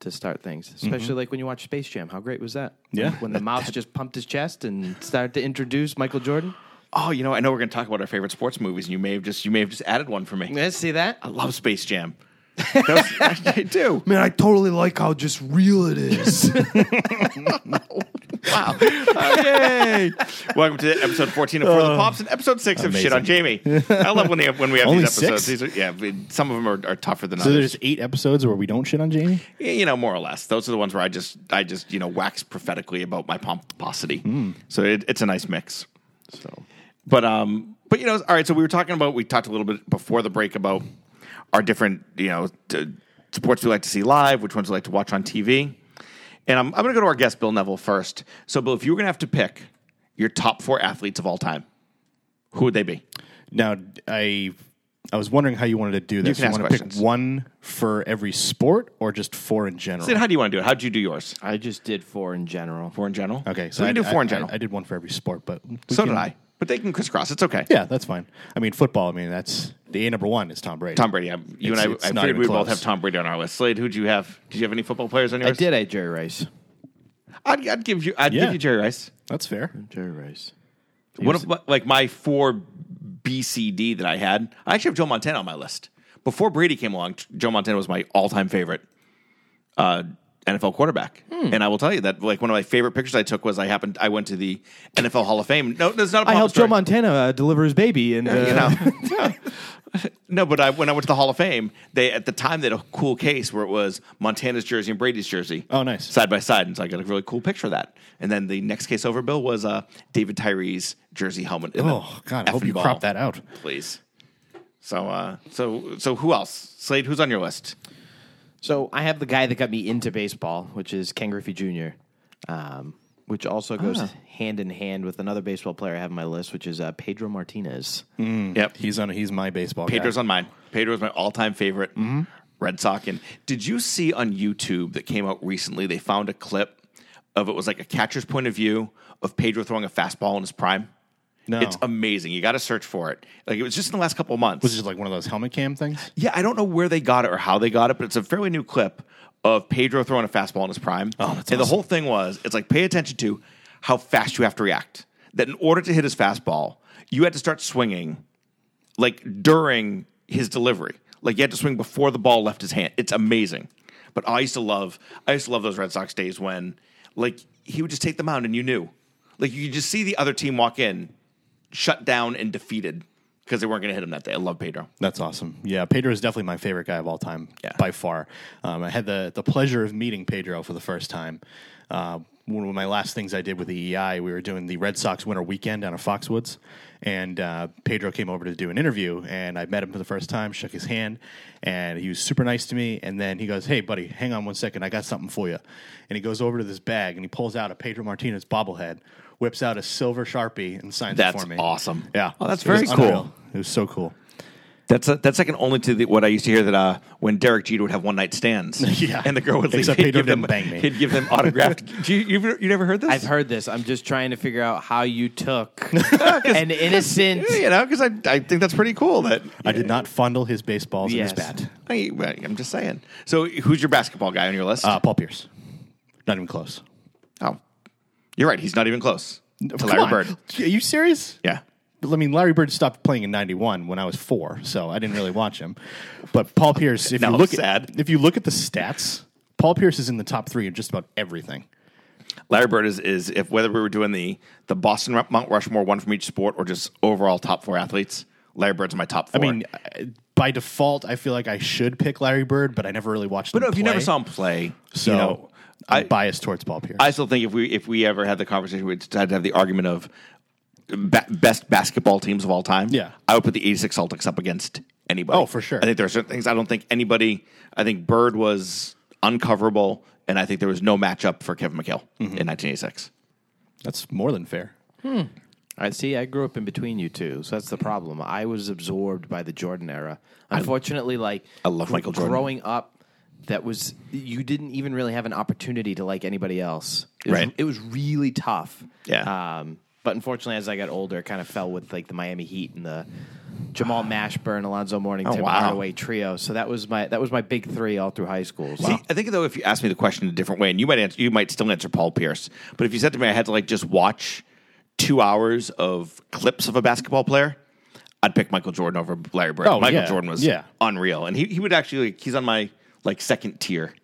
B: to start things, especially like when you watch Space Jam. How great was Mm-hmm. that?
A: Yeah.
B: When the mouse just pumped his chest and started to introduce Michael Jordan.
C: Oh, you know, I know we're going to talk about our favorite sports movies, and you may have just you may have just added one for me.
B: Let's see that.
C: I love Space Jam. That was- I, I do.
B: Man, I totally like how just real it is.
C: Wow. Okay. Welcome to episode 14 of For
A: Oh.
C: the Pops and episode 6 of Shit on Jamie. I love when, they have, when we have
A: Only
C: these episodes.
A: six?
C: These are, yeah, we- some of them are, are tougher than
A: So
C: others.
A: there's eight episodes where we don't shit on Jamie.
C: You know, more or less. Those are the ones where I just, I just you know, wax prophetically about my pomposity.
A: Hmm.
C: So it, it's a nice mix. So, but um, but you know, all right. So we were talking about we talked a little bit before the break about our different you know t- sports we like to see live, which ones we like to watch on TV. And I'm, I'm going to go to our guest, Bill Neville, first. So, Bill, if you were going to have to pick your top four athletes of all time, who would they be?
A: Now, I I was wondering how you wanted to do this.
C: can ask
A: want to
C: questions.
A: pick one for every sport or just four in general?
C: Sid, how do you want to do it? How'd you do yours?
B: I just did four in general.
C: Four in general.
A: okay,
C: so, we
A: I-
C: can do four
A: I-
C: in general.
A: I, I did one for every sport, but we
C: so
A: can-
C: did I. But they can crisscross. It's okay.
A: Yeah, that's fine. I mean, football. I mean, that's the A number one is Tom Brady.
C: Tom Brady. I, you
A: It's-
C: and
A: it's
C: I, I
A: not
C: figured
A: even
C: we both
A: close.
C: have Tom Brady on our list. Slade, who'd you have? Did you have any football players on
B: I
C: yours?
B: did a Jerry Rice.
C: I'd, I'd give you. I'd
A: Yeah.
C: give you Jerry Rice.
A: That's fair.
B: Jerry Rice.
C: One of my- like my four BCD that I had. I actually have Joe Montana on my list. Before Brady came along, t- Joe Montana was my all-time favorite uh, NFL quarterback, and I will tell you that like one of my favorite pictures I took was I happened I went to the NFL Hall of Fame. No, that's not. A
B: I helped Joe
C: Montana.
B: Montana uh, deliver his baby, and uh,
C: No, but I, when I went to the Hall of Fame, they at the time they had a cool case where it was Montana's jersey and Brady's jersey.
A: Oh, nice.
C: Side by side. And so I got a really cool picture of that. And then the next case over, Bill, was uh, David Tyree's jersey helmet. in the
A: Oh, God, I hope
C: effing
A: you
C: ball,
A: crop that out.
C: Please. So, uh, so, so who else? Slade, who's on your list?
B: so I have the guy that got me into baseball, which is Ken Griffey Jr., um, which also goes hand in hand with another baseball player I have on my list, which is uh, Pedro Martinez.
C: Yep.
A: He's on. He's my baseball. guy. Mm-hmm.
C: Pedro's on mine. Pedro's my all-time favorite Red Sox. And did you see on YouTube that came out recently? They found a clip of it was like a catcher's point of view of Pedro throwing a fastball in his prime.
A: No,
C: It's amazing. You got to search for it. Like it was just in the last couple of months.
A: was it just like one of those helmet cam things?
C: yeah, I don't know where they got it or how they got it, but it's a fairly new clip of Pedro throwing a fastball in his prime. Oh,
A: that's
C: and the whole thing was it's like pay attention to how fast you have to react. That in order to hit his fastball, you had to start swinging like during his delivery. Like you had to swing before the ball left his hand. It's amazing. But I used to love I used to love those Red Sox days when like he would just take the mound and you knew. Like you could just see the other team walk in, shut down and defeated because they weren't gonna hit him that day. I love Pedro.
A: That's awesome. Yeah, Pedro is definitely my favorite guy of all time
C: Yeah.
A: by far. Um, I had the the pleasure of meeting Pedro for the first time uh, one of my last things I did with the EI, we were doing the Red Sox Winter Weekend down at Foxwoods, and uh, Pedro came over to do an interview, and I met him for the first time, shook his hand, and he was super nice to me. And then he goes, "Hey, buddy, hang on one second, I got something for you." And he goes over to this bag and he pulls out a Pedro Martinez bobblehead, whips out a silver sharpie, and signs it
C: That's
A: for me.
C: awesome.
A: Yeah,
C: Oh, that's
A: It was
C: very cool.
A: unreal. It was so cool.
C: That's that's second only to the, what I used to hear that uh, when Derek Jeter would have one night stands,
A: Yeah.
C: and the girl would leave,
A: Except
C: he'd
A: Pedro
C: give them,
A: didn't bang me.
C: he'd give them autographed. Do you, you've, you never heard this?
B: I've heard this. I'm just trying to figure out how you took an innocent.
C: Yeah, you know, because I, I think that's pretty cool. That
A: I did not fondle his baseballs
B: Yes.
A: in his bat.
C: I, am just saying. So, who's your basketball guy on your list?
A: Uh, Paul Pierce, not even close.
C: oh, you're right. He's not even close to
A: Come
C: Larry
A: on.
C: Bird.
A: Are you serious?
C: Yeah,
A: I mean, Larry Bird stopped playing in '91 when I was four, so I didn't really watch him. But Paul Pierce, if
C: Now
A: you
C: I'm
A: look
C: sad.
A: at if you look at the stats, Paul Pierce is in the top three of just about everything.
C: Larry Bird is, is if whether we were doing the the Boston Ru- Mount Rushmore one from each sport or just overall top four athletes, Larry Bird's my top
A: I
C: four.
A: mean, I- by default, I feel like I should pick Larry Bird, but I never really watched.
C: but
A: him
C: no, if you never
A: play.
C: saw him play,
A: so
C: you know,
A: I'm
C: I-
A: biased towards Paul Pierce.
C: I still think if we if we ever had the conversation, we decided to have the argument of ba- best basketball teams of all time.
A: Yeah.
C: I would put the '86 Celtics up against anybody.
A: Oh, for sure.
C: I think there are certain things I don't think anybody. I think Bird was uncoverable, and I think there was no matchup for Kevin McHale
A: Mm-hmm.
C: in 1986.
A: That's more than fair.
B: I see. I grew up in between you two, so that's
C: Mm-hmm.
B: the problem. I was absorbed by the Jordan era. Unfortunately, like
C: I love
B: gr-
C: Michael Jordan.
B: Growing up, that was you didn't even really have an opportunity to like anybody else. It was,
C: Right.
B: It was really tough.
C: Yeah.
B: Um, but unfortunately, as I got older, it kind of fell with like the Miami Heat and the Jamal Mashburn, Alonzo Mourning, Tim
C: Oh, wow.
B: Hardaway trio. So that was my that was my big three all through high school. So-
C: See, I think though, if you asked me the question a different way, and you might answer, you might still answer Paul Pierce. But if you said to me, I had to like just watch two hours of clips of a basketball player, I'd pick Michael Jordan over Larry Bird.
A: Oh,
C: Michael
A: yeah.
C: Jordan was
A: Yeah.
C: unreal, and he he would actually like, he's on my like second tier.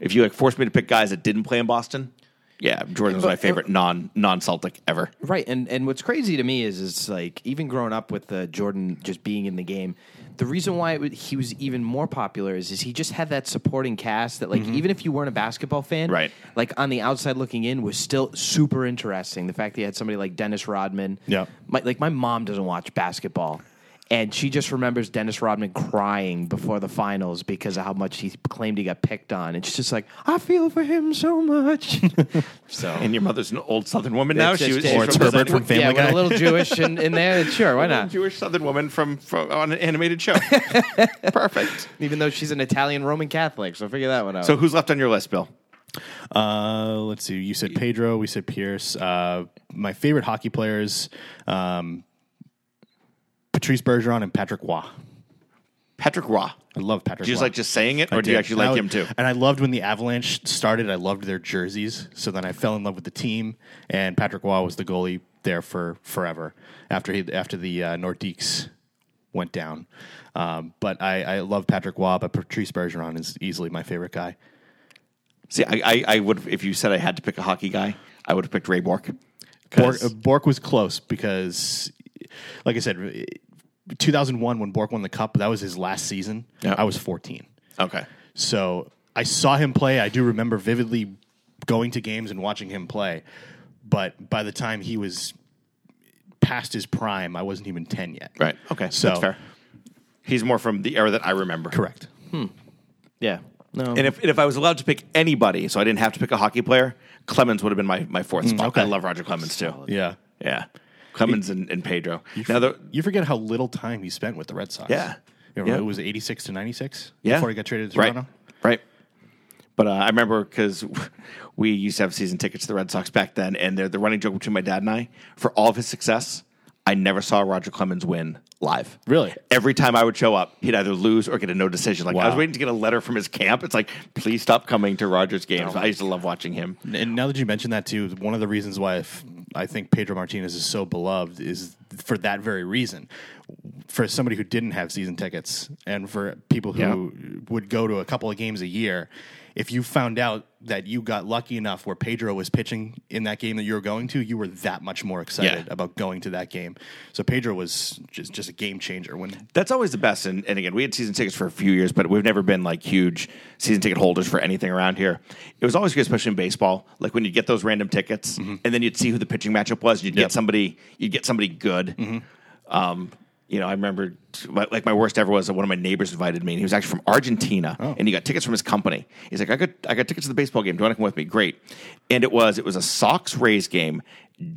C: If you like forced me to pick guys that didn't play in Boston, yeah, Jordan was my favorite non non Celtic ever.
B: Right, and and what's crazy to me is it's like even growing up with uh, Jordan just being in the game, the reason why it wa- he was even more popular is is he just had that supporting cast that like even if you weren't a basketball fan,
C: Right.
B: like on the outside looking in was still super interesting. The fact that you had somebody like Dennis Rodman,
A: Yeah.
B: my, like my mom doesn't watch basketball. And she just remembers Dennis Rodman crying before the finals because of how much he claimed he got picked on. And she's just like, I feel for him so much. so
C: And your mother's an old Southern woman now.
B: it's
C: She
B: just
C: was
B: a-
C: she's
A: Or it's
C: the
A: Herbert
C: Southern-
A: from Family
B: yeah,
A: Guy.
B: with a little Jewish in, in there, sure, why not?
C: Jewish Southern woman from, from on an animated show. Perfect.
B: Even though she's an Italian Roman Catholic, so figure that one out.
C: So who's left on your list, Bill?
A: Uh, let's see. You said Pedro. We said Pierce. Uh, my favorite hockey players: um, Patrice Bergeron and Patrick Waugh.
C: Patrick Raw.
A: I love Patrick.
C: Do you just
A: Waugh.
C: like just saying it,
A: I
C: or do you
A: did. And
C: actually
A: I
C: like
A: was-
C: him too?
A: And I loved when the Avalanche started. I loved their jerseys. So then I fell in love with the team. And Patrick Waugh was the goalie there for forever after he after the uh, Nordiques went down. Um, but I, I love Patrick Waugh. But Patrice Bergeron is easily my favorite guy.
C: See, I, I, I would if you said I had to pick a hockey guy, I would have picked Ray Bork. 'Cause-
A: Bork, uh, Bork was close because, like I said, 2001 when Bork won the cup, that was his last season.
C: Yeah.
A: I was 14.
C: okay,
A: So I saw him play. I do remember vividly going to games and watching him play. But by the time he was past his prime, I wasn't even 10 yet.
C: right, okay,
A: So-
C: that's fair. He's more from the era that I remember.
A: Correct.
B: yeah, no,
C: And if, and if I was allowed to pick anybody, so I didn't have to pick a hockey player, Clemens would have been my, my fourth spot.
A: okay.
C: I love Roger Clemens too.
A: Yeah.
C: yeah, Clemens and, and Pedro. Now the,
A: You forget how little time he spent with the Red Sox.
C: Yeah.
A: You remember
C: Yeah.
A: It was 86 to 96
C: yeah.
A: before he got traded to
C: right.
A: Toronto.
C: Right. But uh, I remember because we used to have season tickets to the Red Sox back then, and the, the running joke between my dad and I for all of his success, I never saw Roger Clemens win live.
A: Really?
C: Every time I would show up, he'd either lose or get a no decision. Like I was waiting to get a letter from his camp. It's like, please stop coming to Rogers games. I used to love watching him.
A: And now that you mentioned that too, one of the reasons why if- I think Pedro Martinez is so beloved is for that very reason. For somebody who didn't have season tickets, and for people who would go to a couple of games a year, if you found out that you got lucky enough where Pedro was pitching in that game that you were going to, you were that much more excited
C: Yeah.
A: about going to that game. So Pedro was just just a game changer when
C: That's always the best. And, and again, we had season tickets for a few years, but we've never been like huge season ticket holders for anything around here. It was always good, especially in baseball. Like when you get those random tickets, and then you'd see who the pitching matchup was. You'd
A: Yep.
C: get somebody. You'd get somebody good. Um, you know, I remember my, like my worst ever was that one of my neighbors invited me, and he was actually from Argentina, and he got tickets from his company. He's like, I got I got tickets to the baseball game. Do you want to come with me? Great. And it was it was a Sox Rays game.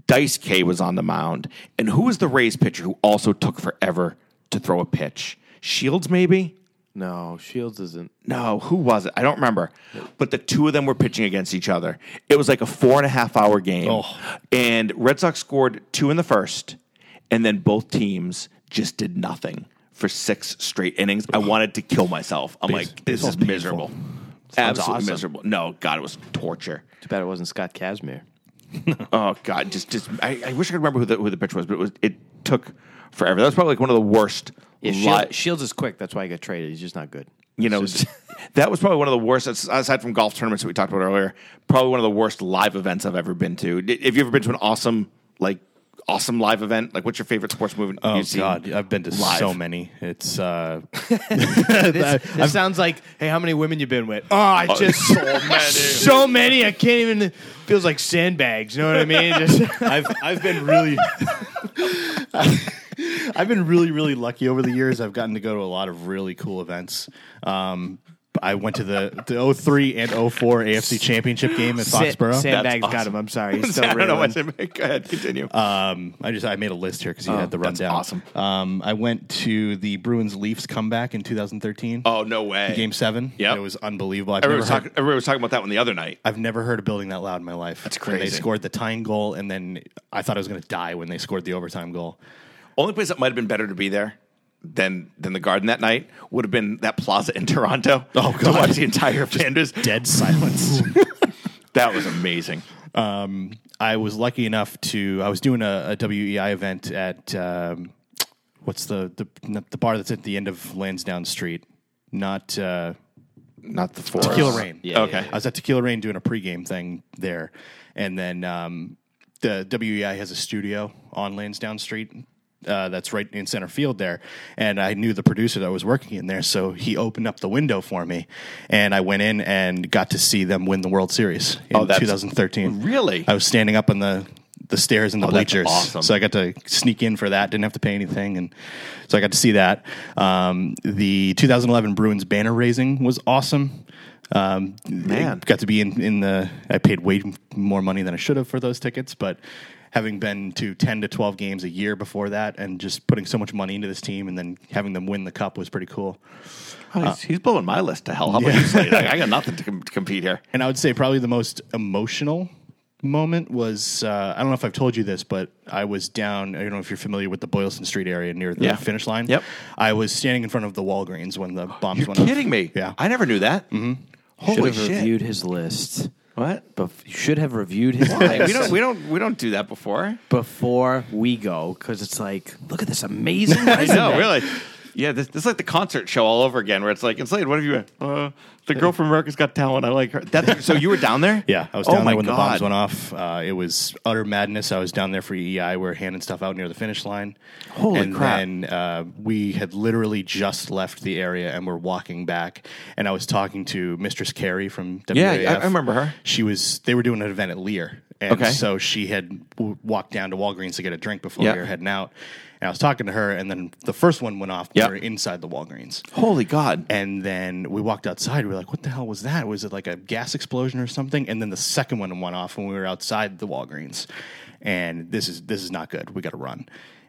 C: Dice K was on the mound, and who was the Rays pitcher who also took forever to throw a pitch? Shields, maybe.
B: No, Shields isn't.
C: No, who was it? I don't remember. But the two of them were pitching against each other. It was like a four and a half hour game. And Red Sox scored two in the first, and then both teams just did nothing for six straight innings. I wanted to kill myself. I'm like, this is miserable. Absolutely
B: awesome.
C: miserable. No, God, it was torture.
B: Too bad it wasn't Scott Kazmir.
C: Oh God, just just I, I wish I could remember who the who the pitcher was, but it was it took forever. That was probably like one of the worst
B: Yeah,
C: li-
B: Shield, Shields is quick. That's why he got traded. He's just not good.
C: you know, that was probably one of the worst, aside from golf tournaments that we talked about earlier, probably one of the worst live events I've ever been to. D- Have you ever been to an awesome, like, awesome live event? Like, what's your favorite sports movie
A: Oh
C: you've seen?
A: God, I've been to
C: live?
A: so many. It's uh,
B: This, this sounds like, hey, how many women you been with? Oh, I just so many. so many. I can't even. Feels like sandbags. You know what I mean? Just,
A: I've I've been really I've been really really lucky over the years. I've gotten to go to a lot of really cool events. Um, I went to the the 03 and 04 AFC Championship game at Foxborough.
B: Sandbags got him. I'm sorry. He's still
C: I don't know
B: reeling.
C: what to make. Go ahead, continue.
A: Um, I just I made a list here because you had the
C: Oh, that's
A: rundown.
C: awesome.
A: Um, I went to the Bruins Leafs comeback in 2013.
C: oh, no way.
A: Game seven.
C: Yep.
A: it was unbelievable. I've never,
C: Everyone was,
A: heard,
C: talking, everyone was talking about that one the other night.
A: I've never heard a building that loud in my life. That's they
C: crazy.
A: scored the tying goal, and then I thought I was going to die when they scored the overtime goal.
C: Only place that might have been better to be there than than the garden that night would have been that plaza in Toronto.
A: Oh,
C: To
A: God.
C: watch the entire Pandas.
A: Dead silence.
C: That was amazing.
A: um, I was lucky enough to. I was doing a, a WEI event at um, what's the, the the bar that's at the end of Lansdowne Street, not uh,
C: Not the forest.
A: Tequila Rain.
B: Yeah,
C: okay.
A: I was at Tequila Rain doing a pregame thing there, and then um, the WEI has a studio on Lansdowne Street. Uh, that's right in center field there, and I knew the producer that was working in there, so he opened up the window for me, and I went in and got to see them win the World Series in
C: Oh, that's-
A: 2013.
C: Really?
A: I was standing up on the the stairs in the
C: Oh, that's
A: bleachers,
C: awesome.
A: so I got to sneak in for that. Didn't have to pay anything, and so I got to see that. Um, the 2011 Bruins banner raising was awesome. Um,
C: Man.
A: got to be in, in the. I paid way more money than I should have for those tickets, but having been to 10 to 12 games a year before that, and just putting so much money into this team, and then having them win the cup was pretty cool.
C: Oh,
A: Uh,
C: he's, he's blowing my list to hell. How about you say that? I got nothing to, com- to compete here.
A: And I would say probably the most emotional moment was uh, I don't know if I've told you this, but I was down. I don't know if you're familiar with the Boylston Street area near the
C: Yeah.
A: finish line.
C: Yep.
A: I was standing in front of the Walgreens when the bombs
C: You're
A: went off.
C: kidding me.
A: Yeah.
C: I never knew that. Mm-hmm.
B: Should
C: Holy
B: have
C: shit.
B: reviewed his list.
C: What?
B: But you should have reviewed his
C: Why?
B: list
C: we don't. We don't. We don't do that before.
B: before we go because it's like, look at this amazing. I
C: No, really. Yeah, this, this is like the concert show all over again, where it's like, it's late. What have you? Uh, the girl from America's Got Talent. I like her. That's, so you were down there?
A: Yeah, I was
C: Oh
A: down
C: my
A: there when the
C: God.
A: bombs went off. Uh, it was utter madness. I was down there for EI. We were handing stuff out near the finish line.
C: Holy
A: and
C: crap.
A: Then, uh, we had literally just left the area and were walking back. And I was talking to Mistress Carey from WAF.
C: Yeah, I- I remember her.
A: She was. They were doing an event at Lear, and
C: Okay.
A: so she had w- walked down to Walgreens to get a drink before
C: Yeah.
A: we were heading out. And I was talking to her, and then the first one went off.
C: Yeah.
A: We were inside the Walgreens.
C: Holy God.
A: And then we walked outside. We were like, what the hell was that? Was it like a gas explosion or something? And then the second one went off when we were outside the Walgreens. And this is this is not good. We got to run.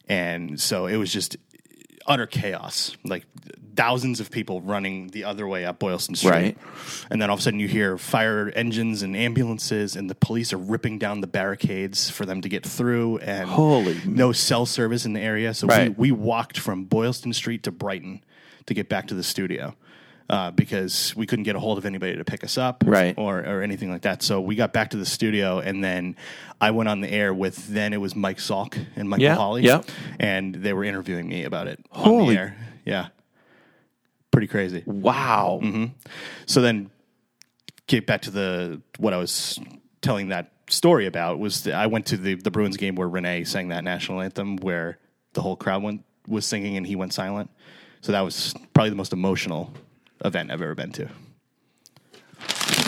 A: And so it was just utter chaos. Like thousands of people running the other way up Boylston Street.
C: Right.
A: And then all of a sudden you hear fire engines and ambulances and the police are ripping down the barricades for them to get through and
C: Holy
A: no cell service in the area. So
C: Right.
A: we, we walked from Boylston Street to Brighton to get back to the studio uh, because we couldn't get a hold of anybody to pick us up
C: Right.
A: or, or anything like that. So we got back to the studio and then I went on the air with then it was Mike Salk and Michael
C: Yeah,
A: Holly.
C: yeah.
A: And they were interviewing me about it on
C: Holy-
A: the air. Yeah. Pretty crazy.
C: Wow.
A: So then get back to the what I was telling that story about was that I went to the the Bruins game where Renee sang that national anthem where the whole crowd went was singing and he went silent. So that was probably the most emotional event I've ever been to.
C: All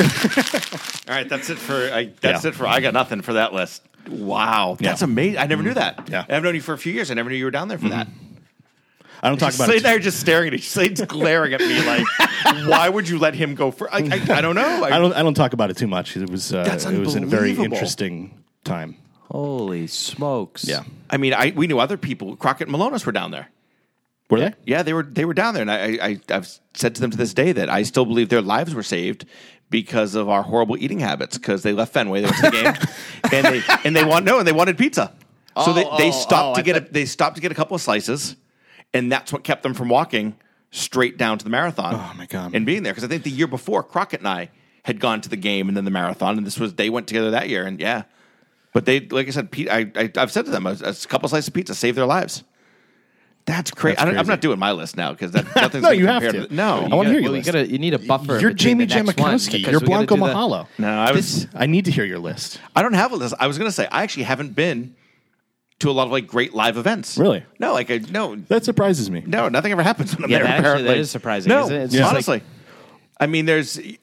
C: right, that's it for I, that's
A: Yeah.
C: it for I got nothing for that list. Wow, that's
A: Yeah. Mm-hmm.
C: amazing. I never knew that.
A: Yeah. Mm-hmm.
C: I've known you for a few years. I never knew you were down there for that.
A: I don't talk about
C: Slade
A: it.
C: and I are just staring at each. Slade's glaring at me like, "Why would you let him go for?" I, I, I don't know.
A: I don't I don't talk about it too much. It was uh,
C: That's
A: it was a very
C: unbelievable.
A: interesting time.
B: Holy smokes.
A: Yeah.
C: I mean, I we knew other people. Crockett and Malonis were down there.
A: Were they?
C: Yeah, they were they were down there, and I, I I've said to them to this day that I still believe their lives were saved because of our horrible eating habits. Because they left Fenway, they went to the game, and they and they want no, and they wanted pizza, so they,
B: Oh,
C: they
B: oh,
C: stopped
B: oh,
C: to
B: I
C: get a,
B: thought-
C: they stopped to get a couple of slices, and that's what kept them from walking straight down to the marathon.
A: Oh, my God.
C: And being there because I think the year before Crockett and I had gone to the game and then the marathon, and this was they went together that year, and yeah. But they, like I said, Pete, I, I, I've said to them, a, a couple slices of pizza saved their lives. That's crazy.
A: That's
C: I don't, I'm
A: crazy.
C: not doing my list now because that, nothing's
A: No,
C: gonna
A: you have
C: compare
A: to.
C: No,
A: I wanna
B: You
A: hear
B: gotta-
A: your
B: well,
A: list.
B: You, gotta, you need a buffer.
A: You're
B: between
A: Jamie
B: the next one,
A: Jamakowski.
B: because
A: You're
B: we gotta
A: Blanco
B: do the-
A: Mahalo.
C: no. I was,
B: This-
A: I need to hear your list.
C: I don't have a list. I was gonna say I actually haven't been to a lot of like great live events.
A: Really?
C: No, like I, no,
A: That surprises me.
C: no, nothing ever happens when I'm
B: Yeah,
C: there.
B: that actually-
C: apparently,
B: that is surprising,
C: No,
B: isn't it? It's just like-
C: honestly, I mean, there's. I,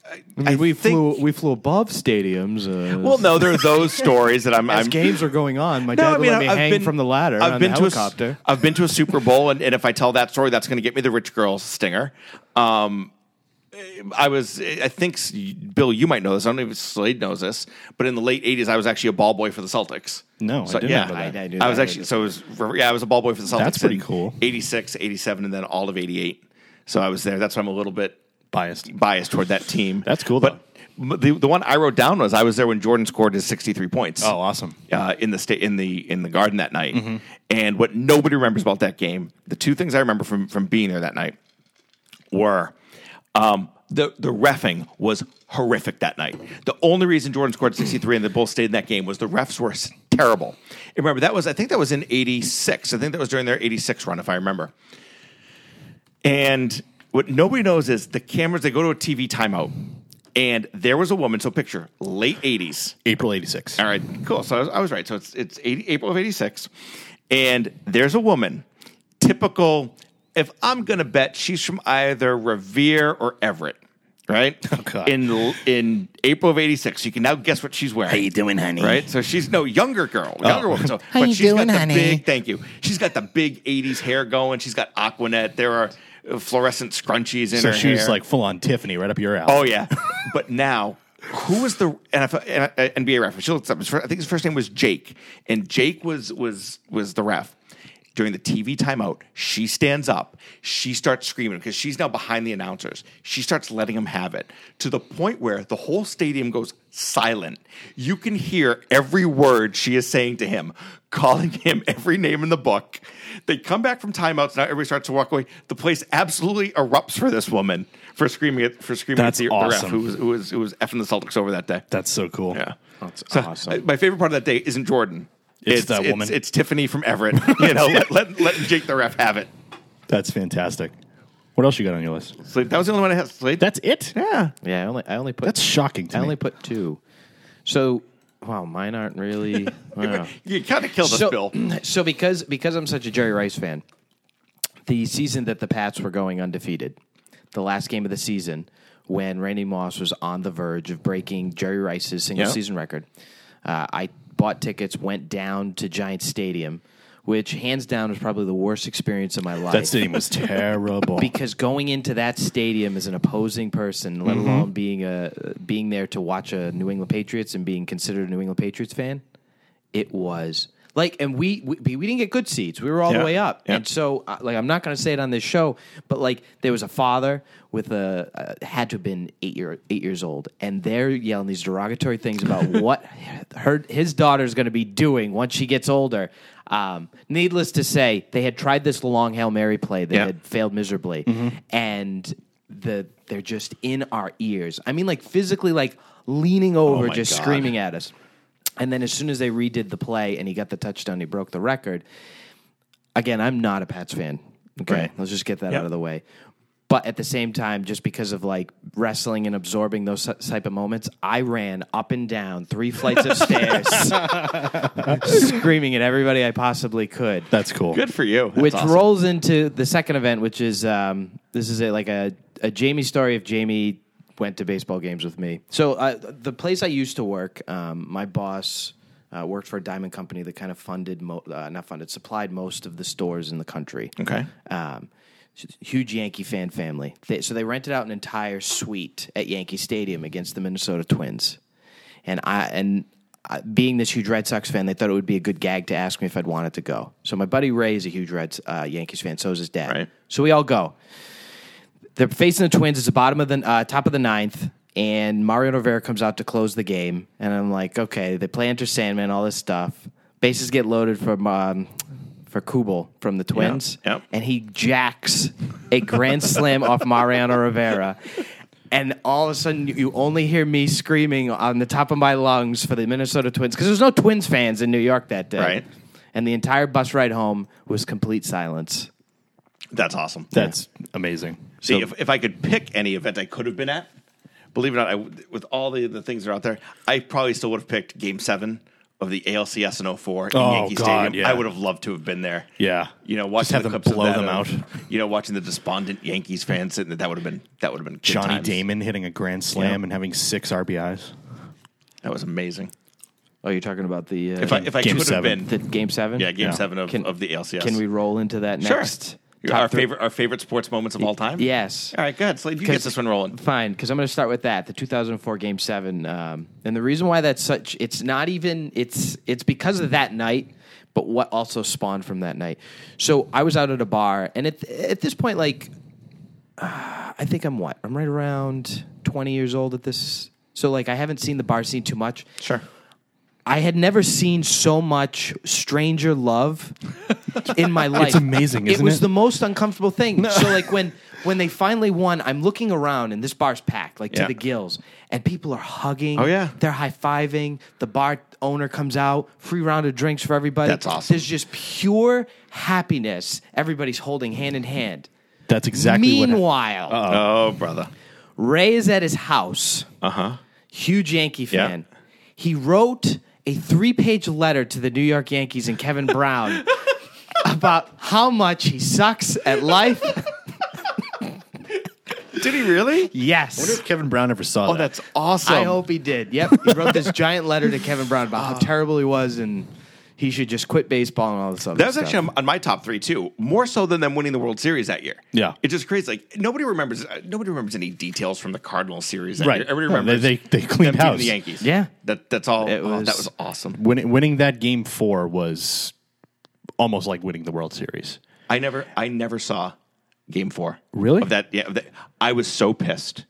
C: I
I: we
C: think,
I: flew we flew above stadiums. Uh,
C: Well, no, there are those stories that I'm.
I: as
C: I'm
I: games are going on, my dad would let me hang from the ladder on the
C: to
I: helicopter.
C: A, I've been to a Super Bowl, and, and if I tell that story, that's going to get me the rich girl stinger. Um, I was, I think, s- Bill, you might know this. I don't know if Slade knows this, but in the late '80s, I was actually a ball boy for the Celtics.
A: No, I
C: so,
A: didn't
C: yeah,
A: know that.
B: I- I knew
C: I was
B: that.
C: actually so. It was, yeah, I was a ball boy for the Celtics.
A: That's pretty
C: in
A: cool.
C: '86, '87, and then all of '88. So I was there. That's why I'm a little bit
A: Biased.
C: biased toward that team.
A: That's cool,
C: But the the one I wrote down was I was there when Jordan scored his 63 points
A: Oh, awesome.
C: uh, in the state in the in the garden that night. And what nobody remembers about that game, the two things I remember from from being there that night were um, the the refing was horrific that night. The only reason Jordan scored 63 and the Bulls stayed in that game was the refs were s- terrible. And remember that was I think that was in 86. I think that was during their 86 run if I remember. And what nobody knows is the cameras they go to a TV timeout. And there was a woman, so picture, late 80s.
A: April 86.
C: All right, cool. So I was, I was right. So it's it's 80, April of '86, and there's a woman. Typical. If I'm gonna bet, she's from either Revere or Everett, right?
A: God.
C: In in April of '86, you can now guess what she's wearing. How you doing, honey? Right. So she's no younger girl, younger woman. So, How but you doing, got the honey? Big, thank you. She's got the big '80s hair going. She's got Aquanet. There are uh, fluorescent scrunchies in
A: So
C: her
A: she's
C: hair.
A: like full on Tiffany right up your alley.
C: Oh yeah, but now who was the NFL, and, uh, NBA ref? She looks up. His fir- I think his first name was Jake, and Jake was was was the ref. During the TV timeout, she stands up. She starts screaming because she's now behind the announcers. She starts letting them have it to the point where the whole stadium goes silent. You can hear every word she is saying to him, calling him every name in the book. They come back from timeouts. Now everybody starts to walk away. The place absolutely erupts for this woman for screaming at for screaming
A: That's
C: at the, the ref
A: awesome.
C: who was who was who was effing the Celtics over that day.
A: That's so cool.
C: yeah,
A: That's
C: So,
A: awesome.
C: uh, My favorite part of that day isn't Jordan.
A: It's that woman.
C: It's, Tiffany from Everett. You know, let, let, let Jake the ref have it.
A: That's fantastic. What else you got on your list?
C: So that was the only one I had. So
A: That's it?
C: yeah.
B: Yeah, I only, I only put.
A: That's shocking to
B: I
A: me.
B: only put two. So, wow, mine aren't really. I don't know.
C: You kind of killed us, Bill.
B: so because because I'm such a Jerry Rice fan, the season that the Pats were going undefeated, the last game of the season, when Randy Moss was on the verge of breaking Jerry Rice's single
C: Yeah.
B: season record, uh, I bought tickets, went down to Giant Stadium, which hands down was probably the worst experience of my life
A: That stadium was terrible.
B: because going into that stadium as an opposing person,
C: Mm-hmm.
B: let alone being a being there to watch a New England Patriots and being considered a New England Patriots fan, it was like, and we we, we didn't get good seats. We were all
C: Yeah.
B: the way up,
C: Yeah.
B: and so uh, like I'm not going to say it on this show, but like there was a father with a uh, had to have been eight year eight years old, and they're yelling these derogatory things about what her his daughter's going to be doing once she gets older. Um, needless to say, they had tried this long hail mary play that
C: Yeah.
B: had failed miserably,
A: Mm-hmm.
B: and the they're just in our ears. I mean, like physically, like leaning over,
A: Oh my
B: just
A: God.
B: screaming at us. And then as soon as they redid the play and he got the touchdown, he broke the record. Again, I'm not a Pats fan. Okay,
C: Right.
B: let's just get that out of the way. But at the same time, just because of like wrestling and absorbing those si- type of moments, I ran up and down three flights of stairs, screaming at everybody I possibly could
A: That's cool.
C: Good for you. That's
B: which
C: awesome.
B: rolls into the second event, which is um, this is a, like a, a Jamie story if Jamie went to baseball games with me. So uh, the place I used to work, um, my boss uh, worked for a diamond company that kind of funded, mo- uh, not funded, supplied most of the stores in the country.
C: Okay.
B: Um, huge Yankee fan family. They, so they rented out an entire suite at Yankee Stadium against the Minnesota Twins. And I and I, being this huge Red Sox fan, they thought it would be a good gag to ask me if I'd wanted to go. So my buddy Ray is a huge Red uh, Yankees fan. So is his dad.
C: Right.
B: So we all go. They're facing the Twins. It's the bottom of the uh, top of the ninth, and Mario Rivera comes out to close the game. And I'm like, okay, they play Enter Sandman, all this stuff. Bases get loaded from um, for Kubel from the Twins,
C: yep.
B: and he jacks a grand slam off Mariano Rivera. And all of a sudden, you only hear me screaming on the top of my lungs for the Minnesota Twins because there's no Twins fans in New York that day.
C: Right.
B: And the entire bus ride home was complete silence.
C: That's awesome.
A: That's amazing.
C: See, if, if I could pick any event I could have been at, believe it or not, I, w- with all the, the things that are out there, I probably still would have picked Game 7 of the ALCS in 04 in
A: Oh,
C: Yankee
A: God,
C: Stadium.
A: yeah.
C: I would have loved to have been there.
A: Yeah.
C: You know, watching
A: have
C: the
A: them
C: clips of
A: blow
C: that
A: them
C: of-
A: out.
C: You know, watching the despondent Yankees fans sitting there, that would have been that would have been good
A: Johnny
C: times.
A: Damon hitting a grand slam and having six RBIs.
C: That was amazing.
B: Oh, you're talking about the uh,
C: If I if I
A: Game
C: could have
A: seven.
C: been
B: the game seven?
C: yeah, game
A: Yeah.
C: 7 of,
B: Can-
C: of the ALCS.
B: Can we roll into that
C: Sure.
B: next?
C: Your-
B: top
C: our
B: three-
C: favorite our favorite sports moments of all time?
B: Yes.
C: All right, good. Slade, you get this one rolling.
B: Fine, because I'm going to start with that, the 2004 Game Seven, um, and the reason why that's such it's not even it's it's because of that night, but what also spawned from that night. So I was out at a bar, and at at this point, like uh, I think I'm what? I'm right around 20 years old at this. So like I haven't seen the bar scene too much. Sure. I had never seen so much stranger love in my life. It's
A: amazing,
B: It
A: isn't
B: was
A: it?
B: the most uncomfortable thing. So like when when they finally won, I'm looking around and this bar's packed like
C: Yeah.
B: to the gills and people are hugging.
C: Oh, yeah.
B: They're high-fiving. The bar owner comes out, free round of drinks for everybody.
C: That's awesome.
B: There's just pure happiness. Everybody's holding hand in hand.
A: That's exactly what.
B: Meanwhile,
C: Oh, brother. Uh-huh.
B: Ray is at his house. Uh huh. Huge Yankee
C: Yeah.
B: fan. He wrote a three page letter to the New York Yankees and Kevin Brown about how much he sucks at life.
C: Did he really?
B: Yes.
A: Kevin Brown ever saw
C: Oh, that's awesome.
B: I hope he did. Yep. He wrote this giant letter to Kevin Brown about how terrible he was and he should just quit baseball and all this other
C: That was
B: stuff.
C: actually on- on my top three too, more so than them winning the World Series that year.
A: Yeah.
C: it's just crazy. Like nobody remembers. uh, Nobody remembers any details from the Cardinal series. That
A: Right.
C: year. everybody
A: No,
C: remembers
A: they- they- they cleaned
C: them beating
A: house.
C: The Yankees.
B: Yeah.
C: that that's all.
B: It
C: oh,
B: was-
C: that was awesome.
A: Win- winning that game four was almost like winning the World Series.
C: I never, I never saw Game Four.
A: Really?
C: Of that, yeah. Of that, I was so pissed.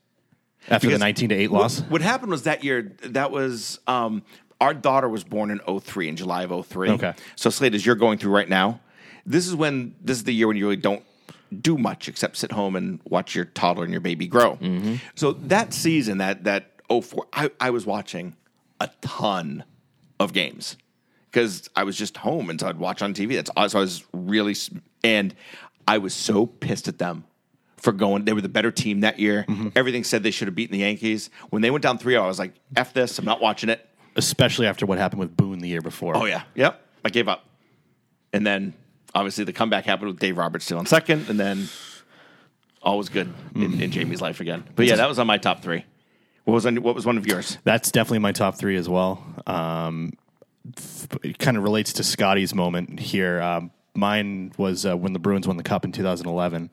A: After
C: Because
A: the 19 to 8 loss?
C: What happened was that year, that was um, our daughter was born in 03, in July of 03.
A: Okay.
C: So, Slade, as you're going through right now, this is when, this is the year when you really don't do much except sit home and watch your toddler and your baby grow. So, that season, that, that 04, I, I was watching a ton of games because I was just home and so I'd watch on TV. That's all. So I was really, s- and I was so pissed at them for going. They were the better team that year. Everything said they should have beaten the Yankees. When they went down 3 0, I was like, F this. I'm not watching it.
A: Especially after what happened with Boone the year before.
C: Oh, yeah. Yep. I gave up. And then obviously the comeback happened with Dave Roberts still on second. And then all was good in, in Jamie's life again. But yeah, that was on my top three. Mm-hmm. What was, on, what was one of yours?
A: That's definitely my top three as well. Um, th- it kind of relates to Scotty's moment here. Um, mine was uh, when the Bruins won the Cup in 2011,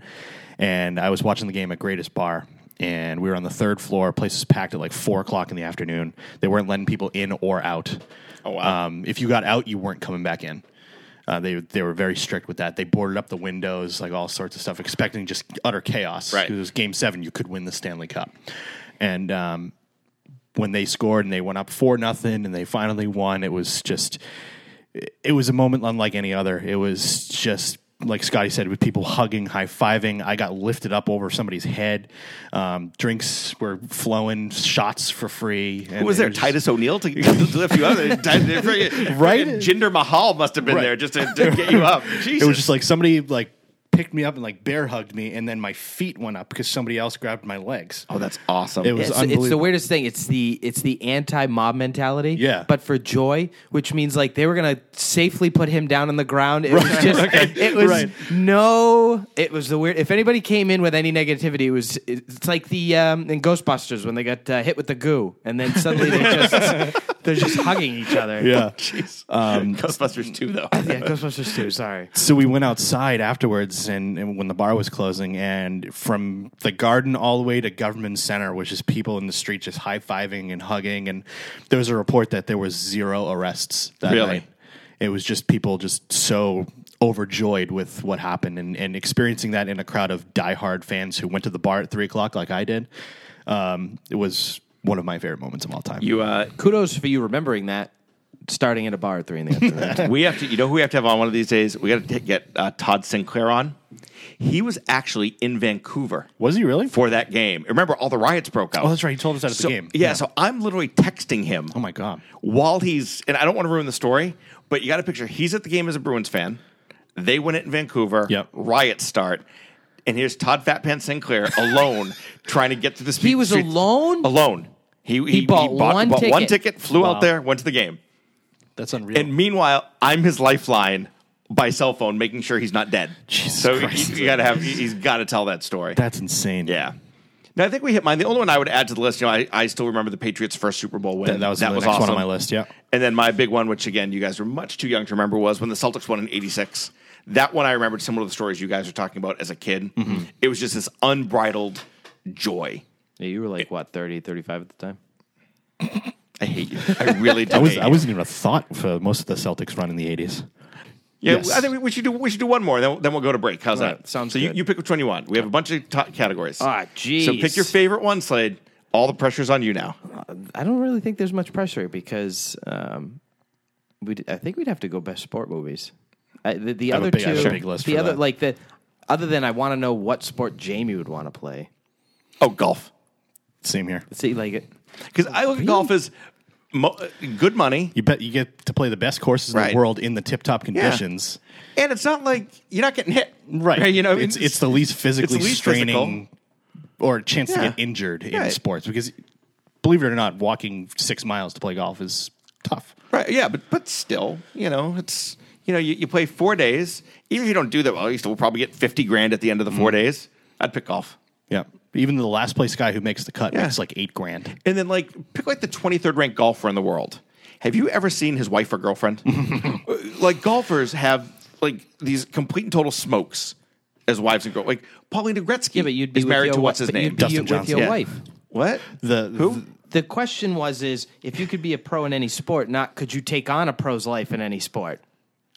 A: and I was watching the game at Greatest Bar. And we were on the third floor. Place was packed at like four o'clock in the afternoon. They weren't letting people in or out.
C: Oh, wow.
A: Um, if you got out, you weren't coming back in. Uh, they they were very strict with that. They boarded up the windows, like all sorts of stuff, expecting just utter chaos.
C: Right.
A: It was Game Seven. You could win the Stanley Cup, and um, when they scored and they went up four nothing and they finally won, it was just it was a moment unlike any other. It was just like Scotty said, with people hugging, high fiving. I got lifted up over somebody's head. Um, drinks were flowing, shots for free. And
C: Who was
A: it
C: there?
A: just-
C: Titus O'Neill to, to lift you up?
A: Right?
C: Jinder Mahal must have been
A: Right.
C: there just to, to get you up. Jesus.
A: It was just like somebody like picked me up and like bear hugged me, and then my feet went up because somebody else grabbed my legs.
C: Oh, that's awesome.
A: It was
B: It's, it's the
A: unbelievable.
B: weirdest thing. It's the it's the anti mob mentality.
A: Yeah.
B: But for joy, which means like they were gonna safely put him down on the ground. It was just it was
A: Right.
B: no it was the weird if anybody came in with any negativity, it was it's like the um in Ghostbusters when they got uh, hit with the goo and then suddenly they just they're just hugging each other.
A: yeah.
C: Jeez. Ghostbusters 2, though.
B: Yeah, Ghostbusters too, sorry.
A: So we went outside afterwards, and, and when the bar was closing, and from the garden all the way to government center, which is people in the street just high fiving and hugging. And there was a report that there was zero arrests that
C: Really?
A: night. It was just people just so overjoyed with what happened, and, and experiencing that in a crowd of diehard fans who went to the bar at three o'clock, like I did. Um, it was one of my favorite moments of all time.
C: You, uh,
B: Kudos for you remembering that starting at a bar at three in the afternoon.
C: we have to, you know who we have to have on one of these days? We got to get uh, Todd Sinclair on. He was actually in Vancouver
A: was he really?
C: for that game. Remember, all the riots broke out.
A: Oh, that's right. He told us that at
C: So-
A: the game.
C: Yeah, so I'm literally texting him.
A: Oh my god.
C: while he's and I don't want to ruin the story, but you got to picture he's at the game as a Bruins fan. They win it in Vancouver.
A: Yep.
C: Riots start. And here's Todd Fatpan Sinclair alone trying to get to the speed.
B: He was alone?
C: Alone. He, he,
B: bought one
C: one
B: ticket.
C: ticket, flew out there, went to the game.
A: That's unreal.
C: And meanwhile, I'm his lifeline by cell phone, making sure he's not dead.
A: Jesus
C: so
A: Christ.
C: you, you gotta have, he's got to tell that story.
A: that's insane.
C: Yeah. Now I think we hit mine. The only one I would add to the list, you know, I, I still remember the Patriots' first Super Bowl win.
A: That, that was the next one on my list. Yeah.
C: And then my big one, which again you guys were much too young to remember, was when the Celtics won in '86. That one I remembered similar to the stories you guys were talking about as a kid.
A: Mm-hmm.
C: It was just this unbridled joy.
B: yeah, you were like what, 30, 35 at the time?
C: I hate you. I really do.
A: I was
C: hate
A: I
C: you.
A: wasn't even a thought for most of the Celtics run in the eighties.
C: Yeah,
A: Yes.
C: I think we- we should do we should do one more. Then, then we'll go to break. How's
B: Alright,
C: that?
B: sounds
C: So you,
B: good.
C: you pick which one you want. We have a bunch of t- categories.
B: Ah, jeez.
C: So pick your favorite one, Slade. All the pressure's on you now.
B: I don't really think there's much pressure because um, we. I think we'd have to go best sport movies. I, the the
A: have a
B: other
A: big- I
B: two,
A: have a big list
B: the
A: for
B: other
A: that.
B: like the other than I want to know what sport Jamie would want to play.
C: Oh, golf.
A: Same here.
B: See, like it-
C: Because I look at golf as mo- good money,
A: You bet you get to play the best courses in
C: Right.
A: the world in the tip top conditions.
C: and it's not like you're not getting hit, You know,
A: it's, it's the least physically
C: least
A: straining
C: physical.
A: or chance to
C: Yeah.
A: get injured in
C: Right.
A: sports because believe it or not, walking six miles to play golf is tough.
C: right. Yeah, but but still, you know, it's you know, you, you play four days. Even if you don't do that well, you still probably get fifty grand at the end of the four days. I'd pick golf,
A: Yeah. Even the last place guy who makes the cut
C: Yeah.
A: makes like eight grand.
C: and then like pick like the twenty third ranked golfer in the world. Have you ever seen his wife or girlfriend? Uh, like golfers have like these complete and total smokes as wives and girl. Like Paulina Gretzky,
B: yeah, but you'd be
C: is
B: with
C: married
B: your
C: to
B: wi-
C: what's his
B: but you'd
C: name?
B: be
A: Dustin
B: with
A: Johnson.
B: your
C: Yeah.
B: wife.
C: What?
A: The
C: Who?
B: The question was: is if you could be a pro in any sport, not could you take on a pro's life in any sport?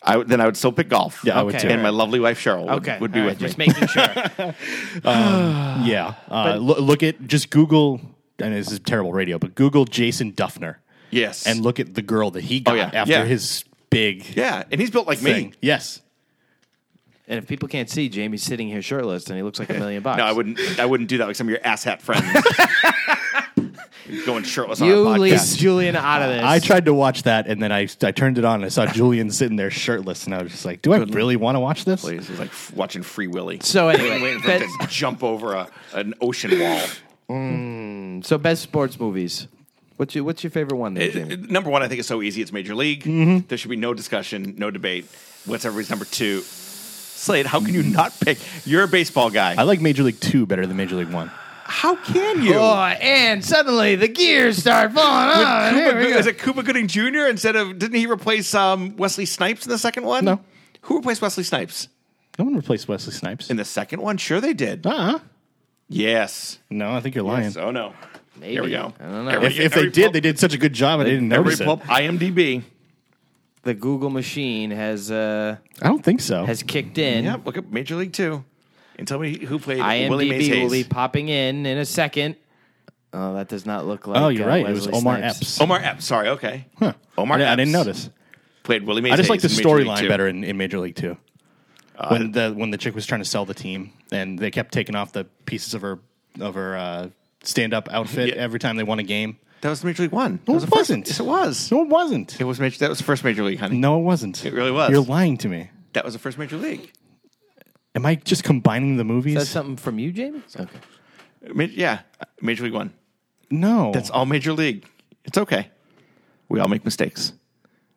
C: I would, then I would still pick golf.
A: Yeah, I would
B: Okay. too.
C: And my lovely wife Cheryl would,
B: Okay,
C: would be
B: all right,
C: with
B: just
C: me.
B: making sure.
A: Yeah. Uh, loo- look at just Google, and this is terrible radio, but Google Jason Duffner.
C: Yes.
A: And look at the girl that he got
C: Oh, yeah.
A: after
C: Yeah.
A: his big
C: yeah, and he's built like
A: thing.
C: me.
A: Yes.
B: and if people can't see, Jamie's sitting here shirtless, and he looks like a million bucks.
C: No, I wouldn't. I wouldn't do that with some of your ass hat friends. Going shirtless
B: You
C: on a
B: leave
C: podcast.
B: Julian out of this.
A: I tried to watch that, and then I, I turned it on. And I saw Julian sitting there shirtless, and I was just like, "Do I really want to watch this?"
C: Please, It's like f- watching Free Willy.
B: So anyway,
C: waiting for him
B: but-
C: to jump over a, an ocean wall.
B: So best sports movies. What's your What's your favorite one there, Jamie?
C: Number one, I think is so easy. It's Major League.
A: Mm-hmm.
C: There should be no discussion, no debate. What's everybody's number two? Slade, how can you not pick? You're a baseball guy.
A: I like Major League Two better than Major League One.
C: how can you?
A: Oh,
B: and suddenly the gears start falling off.
C: Cuba Ah, Go- is it Cuba Gooding Jr. instead of didn't he replace um, Wesley Snipes in the second one?
A: No.
C: Who replaced Wesley Snipes
A: No one replaced Wesley Snipes.
C: in the second one? Sure, they did.
A: Uh-huh.
C: Yes.
A: No, I think you're lying.
C: Yes. Oh no.
B: Maybe.
C: Here we go.
B: I don't know.
C: Every-
A: If, if they
C: every
A: did,
C: pulp-
A: they did such a good job. I didn't
C: Every
A: notice it.
C: pulp, IMDb.
B: The Google machine has uh,
A: I don't think so.
B: has kicked in.
C: Yep. Look up Major League Two, and tell me who played Willie Mays
B: IMDb
C: Hayes.
B: will be popping in in a second. Oh, that does not look like.
A: oh, you're
B: uh,
A: right. It was
B: Wesley
A: Omar
B: Snipes.
A: Epps.
C: Omar Epps. Sorry. Okay.
A: Huh.
C: Omar.
A: I, di- I didn't
C: Epps
A: notice.
C: Played Willie Mays.
A: I just like
C: Hayes
A: the
C: in Major League Uh,
A: storyline
C: Two.
A: better in, in Major League Two. when the when the chick was trying to sell the team, and they kept taking off the pieces of her of her uh, stand up outfit
C: Yeah.
A: every time they won a game.
C: That was Major League One.
A: No,
C: That was
A: it
C: the first-
A: wasn't.
C: Yes, it was.
A: No, it wasn't.
C: It was major. That was the first Major League, honey.
A: No, it wasn't.
C: It really was.
A: You're lying to me.
C: That was the first Major League.
A: Am I just combining the movies?
B: Is that something from you, Jamie? Okay.
C: Ma- yeah, Major League One.
A: no,
C: That's all Major League. It's okay. We all make mistakes.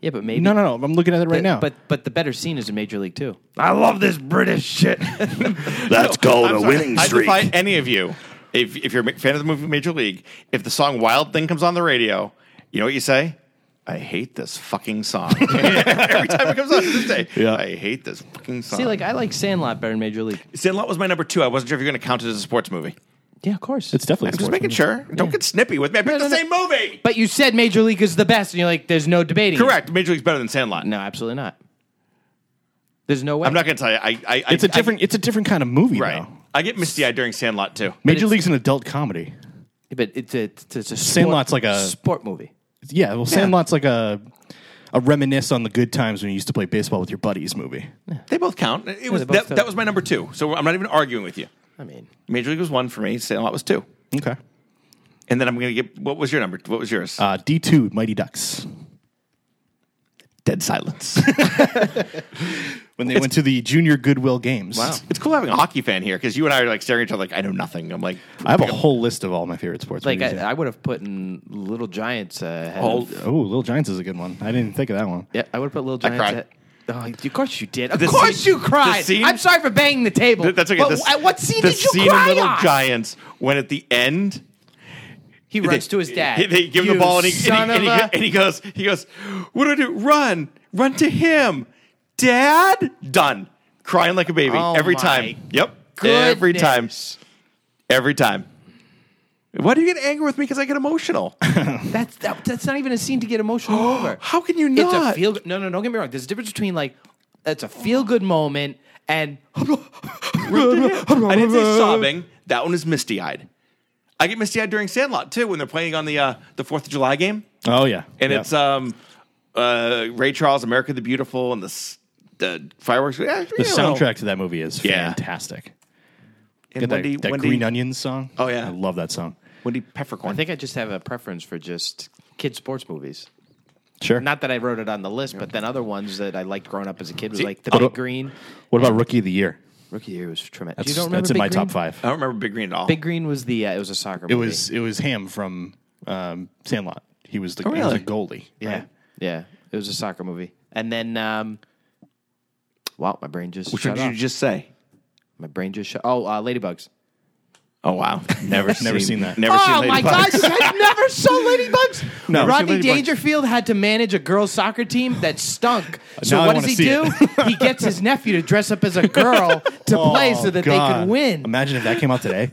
B: Yeah, but maybe
A: no, no, no. I'm looking at it right
B: But-
A: now.
B: But but the better scene is in Major League too.
C: I love this British shit.
J: That's called a winning
C: I
J: streak.
C: defy any of you. If, if you're a fan of the movie Major League, if the song Wild Thing comes on the radio, you know what you say? I hate this fucking song. Every time it comes on to this day, I hate this fucking song.
B: See, like I like Sandlot better than Major League.
C: Sandlot was my number two. I wasn't sure if you're going to count it as a sports movie.
B: Yeah, of course.
A: it's definitely.
C: I'm just making sure. Don't get snippy with me. I picked
B: no, no.
C: the same movie.
B: But you said Major League is the best, and you're like, there's no debating. it.
C: Correct. Major League's better than Sandlot.
B: No, absolutely not. There's no way.
C: I'm not going to tell you. I, I,
A: It's
C: a
A: a different. it's a different kind of movie,
C: right.
A: Though.
C: I get misty eyed during Sandlot too.
A: Major
B: it's-
A: League's an adult comedy.
B: But it's a it's a sport,
A: Sandlot's like a-
B: sport movie.
A: Yeah, well, Sandlot's like a a reminisce on the good times when you used to play baseball with your buddies movie.
C: They both count. It was
B: they both
C: that,
B: count.
C: that was my number two. So I'm not even arguing with you.
B: I mean,
C: Major League was one for me. Sandlot was two.
A: Okay.
C: And then I'm going to get what was your number? What was yours?
A: Uh, D two Mighty Ducks
C: Dead silence.
A: when they went to the Junior Goodwill Games. Wow.
C: it's cool having a hockey fan here because you and I are like staring at each other like I know nothing. I'm like
A: I have a whole list of all my favorite sports
B: like
A: movies.
B: I, I would have put in Little Giants. Uh, ahead
C: oh,
B: of-
A: oh, Little Giants is a good one. I didn't think of that one.
B: yeah, I would have put Little Giants.
C: cried.
B: ahead- Oh, of course you did. Of
C: The
B: course
C: scene-
B: you cried.
C: the scene-
B: I'm sorry for banging the table.
C: th- that's okay.
B: But
C: This-
B: wh- what scene
C: the
B: did you
C: scene
B: cry
C: in Little
B: on?
C: Giants when at the end
B: He runs to his dad.
C: They, they give him
B: You
C: the ball, and he,
B: son
C: and, he, and, he,
B: of a-
C: and he goes, he goes, what do I do? Run, run to him, Dad. Done, crying like a baby
B: Oh
C: every
B: my
C: time. Yep, every time,
B: goodness.
C: every time. Why do you get angry with me? Because I get emotional.
B: That's that, that's not even a scene to get emotional over.
C: How can you
B: It's a
C: not?
B: feel. No, no, don't get me wrong. There's a difference between like that's a feel good moment and
C: I didn't say sobbing. That one is misty eyed. I get misty eyed during Sandlot too when they're playing on the uh, the Fourth of July game.
A: Oh yeah,
C: and
A: Yeah.
C: it's um uh Ray Charles, America the Beautiful, and the s- the fireworks. Yeah,
A: the soundtrack to that movie is
C: Yeah.
A: fantastic.
C: and
A: Get that,
C: Wendy,
A: that
C: Wendy,
A: Green Onions song.
C: Oh, yeah.
A: I love that song.
C: Wendy
B: I
C: Peppercorn.
B: think I just have a preference for just kid sports movies.
A: Sure.
B: Not that I wrote it on the list, but then other ones that I liked growing up as a kid was
C: See,
B: like The
A: I
B: Big
A: don't-
B: Green.
A: what about Rookie of the Year?
B: Rookie of the Year was tremendous.
A: That's,
B: you don't remember
A: that's in
B: Big
A: my
B: Green?
A: top five.
C: I don't remember Big Green at all.
B: Big Green was the uh, it was a soccer.
A: It
B: movie.
A: was it was Ham from um, Sandlot. He was the he was
C: Oh, really?
A: a goalie.
B: yeah yeah it was a soccer movie. And then um, wow, my brain just
C: Which one
B: shut
C: did
B: off.
C: you just say?
B: my brain just shut. Oh, uh, Ladybugs.
C: Oh wow, never
A: Never seen that.
C: Never
B: oh
C: seen
B: my
C: Ladybugs.
B: God! You guys never saw Ladybugs.
A: No.
B: Rodney
A: Ladybugs.
B: Dangerfield had to manage a girls' soccer team that stunk. So
A: Now I
B: what does
A: wanna
B: he
A: see
B: do? he gets his nephew to dress up as a girl to play so that they
A: Oh, God.
B: could win.
A: Imagine if that came out today.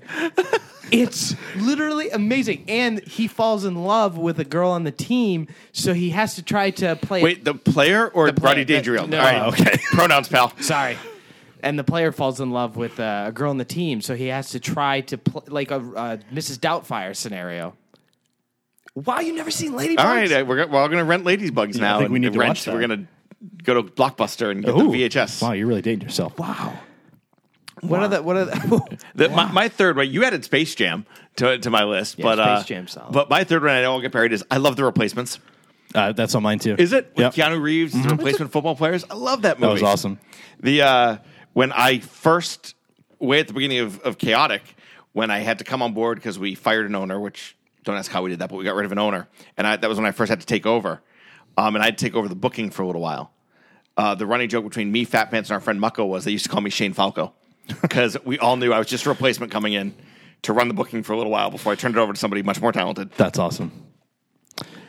B: It's literally amazing, and he falls in love with a girl on the team, so he has to try to play.
C: Wait, the player or
B: player.
C: Roddy Dangerfield?
B: No.
C: All
A: Oh,
C: right, okay. Pronouns, pal.
B: Sorry. And the player falls in love with uh, a girl on the team, so he has to try to play like a uh, Mrs. Doubtfire scenario. Wow, you never seen Ladybugs?
C: All right, uh, we're, go- we're all going to rent Ladies Bugs now.
A: think we
C: and
A: need to
C: rent-
A: watch that.
C: We're going to go to Blockbuster and get
A: Ooh.
C: the VHS.
A: Wow, you're really dating yourself.
B: Wow. What are the what are the
C: The, my, my third one, you added Space Jam to, to my list, but
B: Space
C: uh,
B: Jam's solid.
C: but my third one, I know I'll get buried, is I love the replacements.
A: Uh, that's on mine too.
C: Is it
A: Yep.
C: with Keanu Reeves, the replacement football players? I love that movie.
A: Mm-hmm. That was awesome.
C: The uh, when I first way at the beginning of, of Chaotic, when I had to come on board because we fired an owner, which don't ask how we did that, but we got rid of an owner, and I, that was when I first had to take over, um, and I had to take over the booking for a little while. Uh, the running joke between me, Fat Pants, and our friend Mucko was they used to call me Shane Falco because we all knew I was just a replacement coming in to run the booking for a little while before I turned it over to somebody much more talented.
A: That's awesome.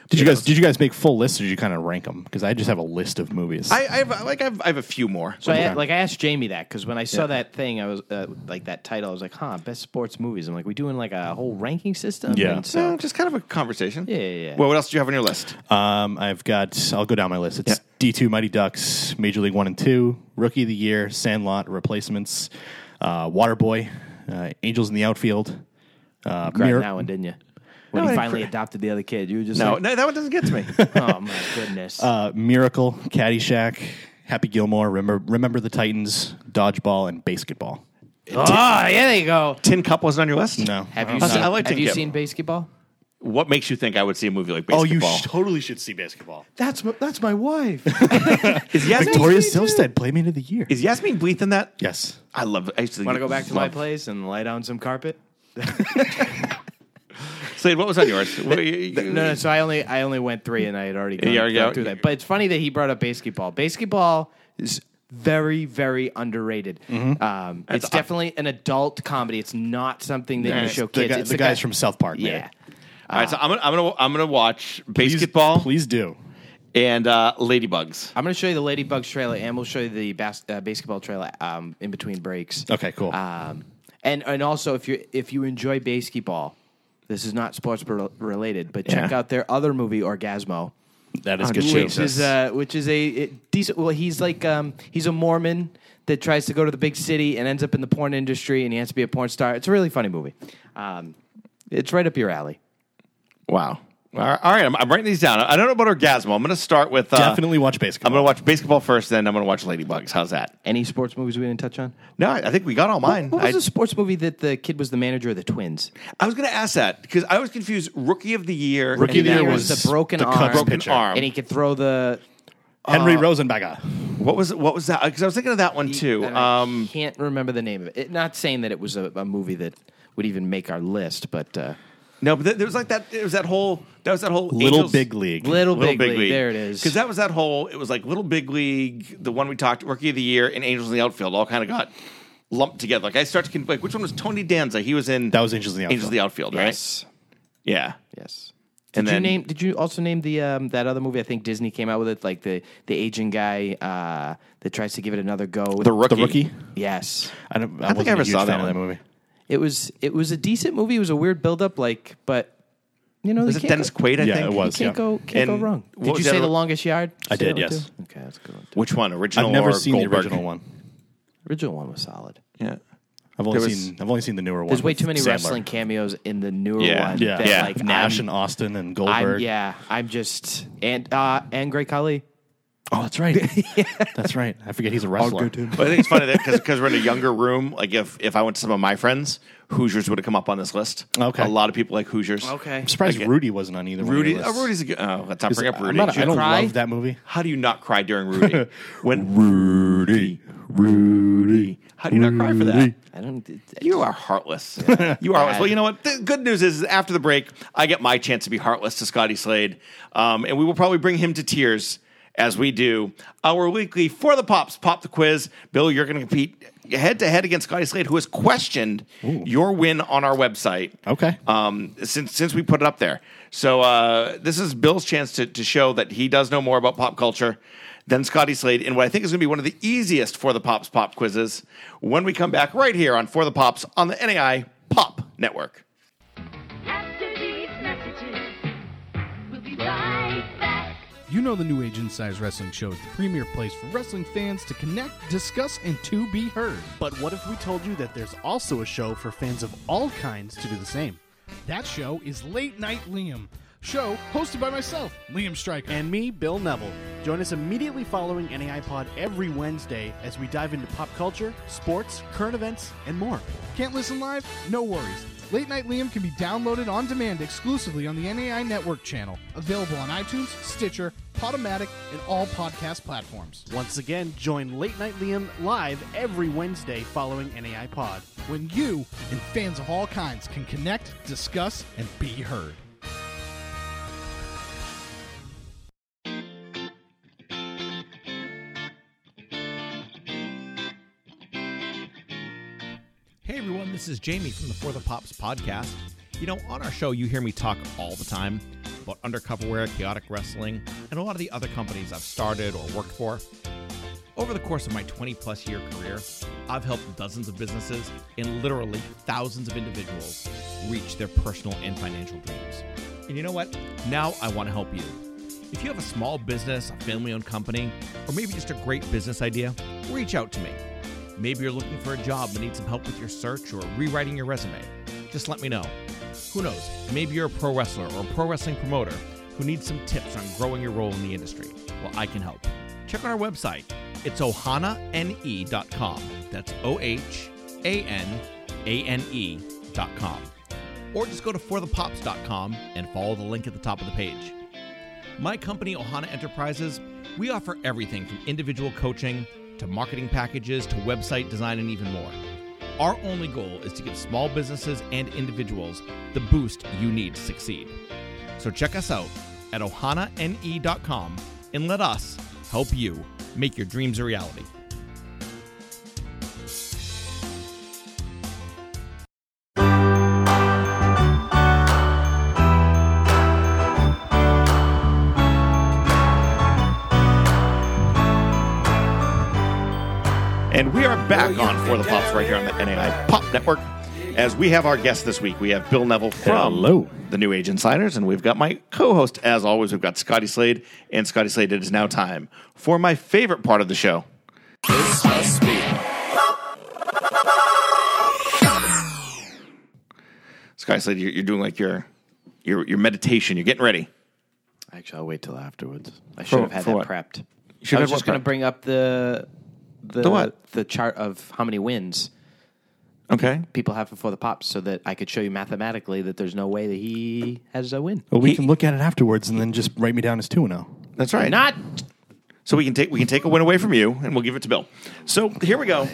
A: Did you guys did you guys make full lists or did you kind of rank them? Because I just have a list of movies.
C: I, I have like I've, I have a few more.
B: So I, like I asked Jamie that because when I saw that thing, I was uh, like that title. I was like, "Huh, best sports movies." I'm like, "We doing like a whole ranking system?"
A: Yeah.
B: And so
C: No, Uh, just kind of a conversation.
B: yeah, yeah.
C: Well, what else do you have on your list?
A: um, I've got. I'll go down my list. It's
C: Yeah.
A: D two Mighty Ducks, Major League One and Two, Rookie of the Year, Sandlot, Replacements, uh, Waterboy, uh, Angels in the Outfield, uh,
B: cried
A: Mir-
B: that one, didn't you? When he finally adopted the other kid, you were just
C: No,
B: like,
C: no, that one doesn't get to me.
B: "Oh my goodness!"
A: uh, Miracle, Caddyshack, Happy Gilmore, Remember Remember the Titans, Dodgeball, and Basketball.
B: oh yeah, there you go.
C: Tin Cup wasn't on your list?
A: No,
B: Have you
C: I
B: seen,
C: like
B: have
C: Tin
B: you
C: Cup.
B: seen basketball?
C: What makes you think I would see a movie like
A: Oh,
C: basketball?
A: you sh- totally should see basketball.
B: That's my, that's my wife.
C: is Yasmin,
A: Victoria Silvstedt, Playmate of the Year.
C: is Yasmin Bleeth in that?
A: Yes.
C: I love. I used to
B: Want to go back to my
C: love-
B: place and lay down some carpet?
C: Slade, what was on yours? What- you-
B: No, no. So I only I only went three, and I had already gone,
C: You already
B: gone
C: got-
B: through that. But it's funny that he brought up basketball. Basketball is very very underrated. Um, it's definitely an adult comedy. It's not something that you
A: It's
B: show
A: the,
B: kids.
A: guy-
B: it's
A: the
B: guy-
A: guys from South Park.
B: yeah.
A: Man.
C: All right, so I'm gonna I'm gonna I'm gonna watch
A: Please-
C: basketball
A: Please do.
C: and uh, ladybugs.
B: I'm going to show you the Ladybugs trailer, and we'll show you the bas- uh, basketball trailer um, in between breaks.
A: Okay, cool.
B: Um, and and also if you if you enjoy basketball, this is not sports re- related, but check
A: Yeah.
B: out their other movie Orgasmo,
A: that is good
B: which
A: too.
B: is uh, which is a it- decent. Well, he's like um, he's a Mormon that tries to go to the big city and ends up in the porn industry, and he has to be a porn star. It's a really funny movie. Um, it's right up your alley.
C: Wow. All right, all right, I'm, I'm writing these down. I don't know about orgasmo. I'm gonna start with uh,
A: Definitely watch basketball.
C: I'm gonna watch basketball first, then I'm gonna watch ladybugs. How's that?
B: Any sports movies we didn't touch on?
C: No, I, I think we got all mine.
B: What was
C: I-
B: the sports movie that the kid was the manager of the Twins?
C: I was going to ask that because I was confused. Rookie of the year.
A: Rookie
C: and
A: of the
C: that
A: Year
B: was the broken
A: the
B: arm,
A: Cubs
C: broken
A: pitcher.
C: arm.
B: and he could throw the
A: Henry
C: Uh,
A: Rosenberger.
C: What was what was that? Because I was thinking of that one too.
B: and I
C: Um,
B: can't remember the name of it. it. Not saying that it was a, a movie that would even make our list, but uh,
C: no, but th- there was like that. It was that whole. That was that whole
A: Little
C: Angels-
A: Big League.
B: Little, Big, League, There it is.
C: Because that was that whole. It was like Little Big League, the one we talked, Rookie of the Year, and Angels in the Outfield all kind of got lumped together. Like I start to con- like which one was Tony Danza? He was in
A: That was Angels in the Outfield.
C: Angels in the Outfield, right?
B: yes,
C: Yeah.
B: yes. Did
C: And
B: you
C: then-
B: name? Did you also name the um, that other movie? I think Disney came out with it, like the the Asian guy uh, that tries to give it another go.
C: The rookie.
A: The rookie.
B: Yes,
A: I don't. I,
C: think
A: wasn't
C: I ever
A: a huge
C: saw
A: fan
C: that
A: of that
C: one.
A: movie.
B: it was it was a decent movie. It was a weird build up, like, but you know,
C: Was
B: they
C: it
B: can't
C: Dennis
B: go,
C: Quaid? I
A: Yeah,
C: think
A: it was.
B: Can't
A: yeah.
B: go, can't go
C: And
B: wrong.
C: what
B: Did
C: was
B: you say
C: the other
B: the
C: one?
B: longest yard?
A: I
B: Say
A: did,
B: that one
A: yes.
B: too? Okay, that's a good. one.
C: Which one? Original
A: I've never
C: or
A: seen
C: Goldberg?
A: the original one.
B: Original one was solid.
C: Yeah.
A: I've only
C: There was-
A: seen. I've only seen the newer one.
B: There's way
A: with
B: too many
A: Sandler.
B: wrestling cameos in the newer
C: Yeah.
B: one.
A: Yeah,
B: that,
A: yeah.
B: Like,
A: Nash
B: I'm,
A: and Austin and
B: I'm-
A: Goldberg.
B: yeah, I'm just and uh, and Great Khali.
A: Oh, that's right. That's right. I forget he's a wrestler.
C: But I think it's funny that because we're in a younger room. Like if if I went to some of my friends, Hoosiers would have come up on this list.
A: Okay.
C: a lot of people like Hoosiers.
B: Okay.
A: I'm surprised
C: Okay.
A: Rudy wasn't on either.
C: Rudy.
A: One of your
C: Oh,
A: lists.
C: Rudy's a good. Oh, let's not
A: Is-
C: bring up
A: I'm
C: Rudy.
A: not- I don't
B: cry?
A: love that movie.
C: how do you not cry during Rudy? when
A: Rudy, Rudy.
C: how do you not cry for that?
B: I don't. It,
C: You are heartless. You are heartless. Well, you know what? The good news is, after the break, I get my chance to be heartless to Scotty Slade, um, and we will probably bring him to tears as we do our weekly for the pops pop the quiz. Bill, you're going to compete head to head against Scotty Slade, who has questioned your win on our website.
A: Okay.
C: Um, since since we put it up there, so uh, this is Bill's chance to to show that he does know more about pop culture than Scotty Slade in what I think is going to be one of the easiest for the pops pop quizzes when we come back right here on for the pops on the NAI Pop Network.
D: After these messages, we'll be right back.
G: You know the New Age Insiders Wrestling Show is the premier place for wrestling fans to connect, discuss, and to be heard.
F: But what if we told you that there's also a show for fans of all kinds to do the same?
G: That show is Late Night Liam, show hosted by myself, Liam Stryker.
F: And me, Bill Neville. Join us immediately following NAI Pod every Wednesday as we dive into pop culture, sports, current events, and more.
G: Can't listen live? No worries. Late Night Liam can be downloaded on demand exclusively on the NAI Network channel, available on iTunes, Stitcher, Podomatic, and all podcast platforms.
F: Once again, join Late Night Liam live every Wednesday following NAI Pod.
G: When you and fans of all kinds can connect, discuss, and be heard.
K: Hey everyone, this is Jamie from the For the Pops podcast. You know, on our show, you hear me talk all the time about Undercoverware, Chaotic Wrestling, and a lot of the other companies I've started or worked for. Over the course of my 20 plus year career, I've helped dozens of businesses and literally thousands of individuals reach their personal and financial dreams. And you know what? Now I want to help you. If you have a small business, a family owned company, or maybe just a great business idea, reach out to me. Maybe you're looking for a job and need some help with your search or rewriting your resume. Just let me know. Who knows? Maybe you're a pro wrestler or a pro wrestling promoter who needs some tips on growing your role in the industry. Well, I can help. Check out our website. It's ohanane.com. That's O H A N A N E.com. E or just go to forthepops.com and follow the link at the top of the page. My company, Ohana Enterprises, we offer everything from individual coaching to marketing packages to website design and even more. Our only goal is to give small businesses and individuals the boost you need to succeed. So check us out at ohanane.com and let us help you make your dreams a reality.
C: And we are back on For the Pops right here on the NAI Pop Network. As we have our guest this week, we have Bill Neville from
I: Hello.
C: the New Age Insiders, and we've got my co host, as always, we've got Scotty Slade. And Scotty Slade, it is now time for my favorite part of the show.
J: This must be.
C: Scotty Slade, you're, you're doing like your, your, your meditation, you're getting ready.
I: Actually, I'll wait till afterwards. I
C: For-
I: should have had
C: for
I: that
C: what?
I: prepped.
C: You should
B: I was
C: have
B: just
C: what
B: going to
C: prepped?
B: bring up the the
C: The what?
B: the chart of how many wins
C: Okay.
B: people have before the pops, so that I could show you mathematically that there's no way that he has a win.
A: Well, we can look at it afterwards and then just write me down as two and oh. zero.
C: That's right.
B: Not
C: So we can take we can take a win away from you, and we'll give it to Bill. So here we go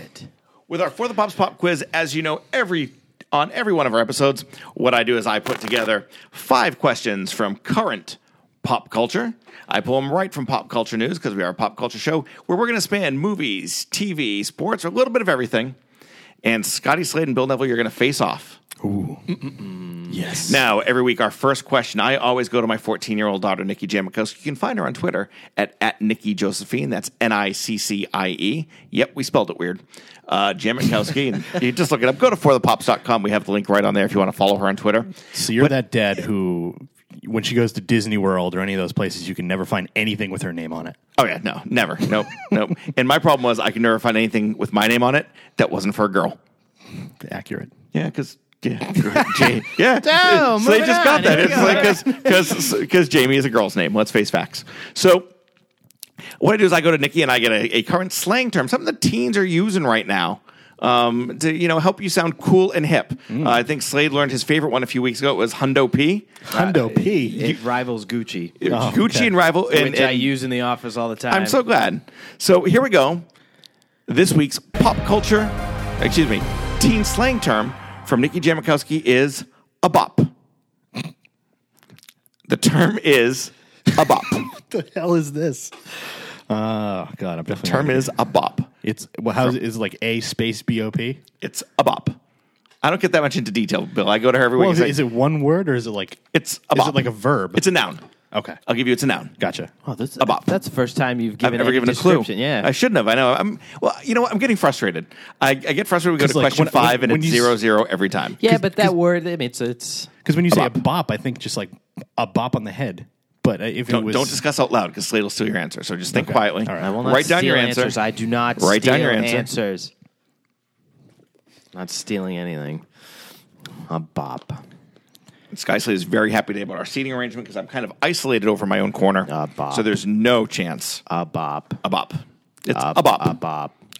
C: with our for the pops pop quiz. As you know, every on every one of our episodes, what I do is I put together five questions from current pop culture. I pull them right from pop culture news because we are a pop culture show where we're going to span movies, TV, sports, a little bit of everything. And Scotty Slade and Bill Neville, you're going to face off.
A: Yes.
C: Now, every week, our first question, I always go to my 14 year old daughter, Nikki Jamakowski. You can find her on Twitter at, at Nikki Josephine. That's N I C C I E. Yep, we spelled it weird. Uh, Jamakowski. and you just look it up. Go to forthepops.com. We have the link right on there if you want to follow her on Twitter.
A: So you're that dad who, when she goes to Disney World or any of those places, you can never find anything with her name on it.
C: Oh, yeah, no, never. Nope, nope. And my problem was I could never find anything with my name on it that wasn't for a girl.
A: Accurate.
C: Yeah, because. Yeah, Ja- yeah.
B: So,
C: so they
B: moving
C: just
B: on.
C: got that.
B: Here
C: It's
B: we go.
C: like because because Jamie is a girl's name. Let's face facts. So what I do is I go to Nikki and I get a, a current slang term, something the teens are using right now. Um, to you know, help you sound cool and hip.
B: Mm.
C: Uh, I think Slade learned his favorite one a few weeks ago. It was Hundo P,
A: Hundo P.
C: uh,
B: It rivals Gucci,
C: Gucci and rival, and,
B: which I
C: and-
B: use in the office all the time.
C: I'm so glad. So here we go. This week's pop culture, excuse me, teen slang term from Nikki Jamakowski is a bop. The term is a bop.
A: What the hell is this? Oh God, I'm definitely.
C: term is a bop.
A: It's well, how's it? Is it like a space B O P?
C: It's a bop. I don't get that much into detail, Bill. I go to her every
A: Well,
C: week.
A: is
C: and
A: it,
C: say,
A: is it one word or is it like?
C: it's a
A: is
C: bop.
A: it like a verb?
C: It's a noun.
A: okay.
C: I'll give you it's a noun.
A: Gotcha.
B: Oh, this,
C: A bop.
B: That's the first time you've
C: I've
B: given
C: ever
B: a
C: given a clue.
B: description. Yeah,
C: I shouldn't have. I know. I'm well. You know what? I'm getting frustrated. I, I get frustrated. We go
A: 'Cause,
C: to
A: like,
C: question
A: when-
C: five, and
A: when
C: it's
A: you s-
C: zero zero every time.
B: yeah, but that word, I mean, it's it's
A: Because when you say a
C: bop.
A: bop, I think just like a bop on the head. But uh, if it
C: Don't,
A: was
C: don't discuss out loud because Slade will steal your answer. So just think
A: Okay.
C: quietly.
A: All right.
B: I will not
C: Write down
B: steal
C: your answer.
B: answers. I do not
C: Write
B: steal
C: down your answer.
B: answers. Not stealing anything. A bop.
C: Sky Slade is very happy today about our seating arrangement because I'm kind of isolated over my own corner.
B: A bop.
C: So there's no chance.
B: A bop.
C: A bop. It's a bop.
B: A bop.
C: A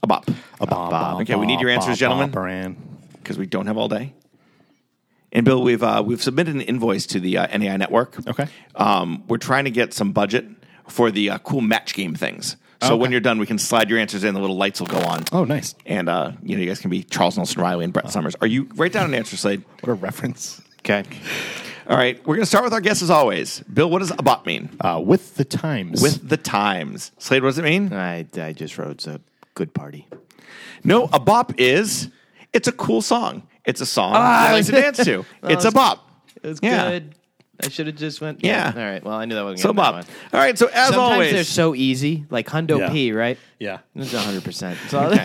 C: bop.
A: a bop, bop,
C: Okay, we need your
A: bop,
C: answers,
A: bop,
C: gentlemen.
A: Bopperan.
C: Because we don't have all day. And Bill, we've uh, we've submitted an invoice to the uh, NAI network.
A: Okay.
C: Um, we're trying to get some budget for the uh, cool match game things. So
A: Okay.
C: when you're done, we can slide your answers in. The little lights will go on.
A: Oh, nice.
C: And uh, you know, you guys can be Charles Nelson Riley and Brett Summers. Are you write down an answer, Slade?
A: What a reference.
B: Okay.
C: All right, we're going to start with our guess as always. Bill, what does a bop mean?
A: Uh, with the times.
C: With the times. Slade, what does it mean?
B: I, I just wrote a good party.
C: No, a bop is it's a cool song. It's a song I like to dance to. It's a
B: Ah, it's-
C: bop.
B: It's
C: Yeah.
B: good. I should have just went.
C: Yeah.
B: All right. Well, I knew that wasn't
C: So
B: gonna
C: bop.
B: be that
C: All right, so as
B: one. Sometimes
C: always,
B: they're so easy, like Hundo
A: Yeah.
B: P, right?
A: Yeah.
B: It's 100. percent So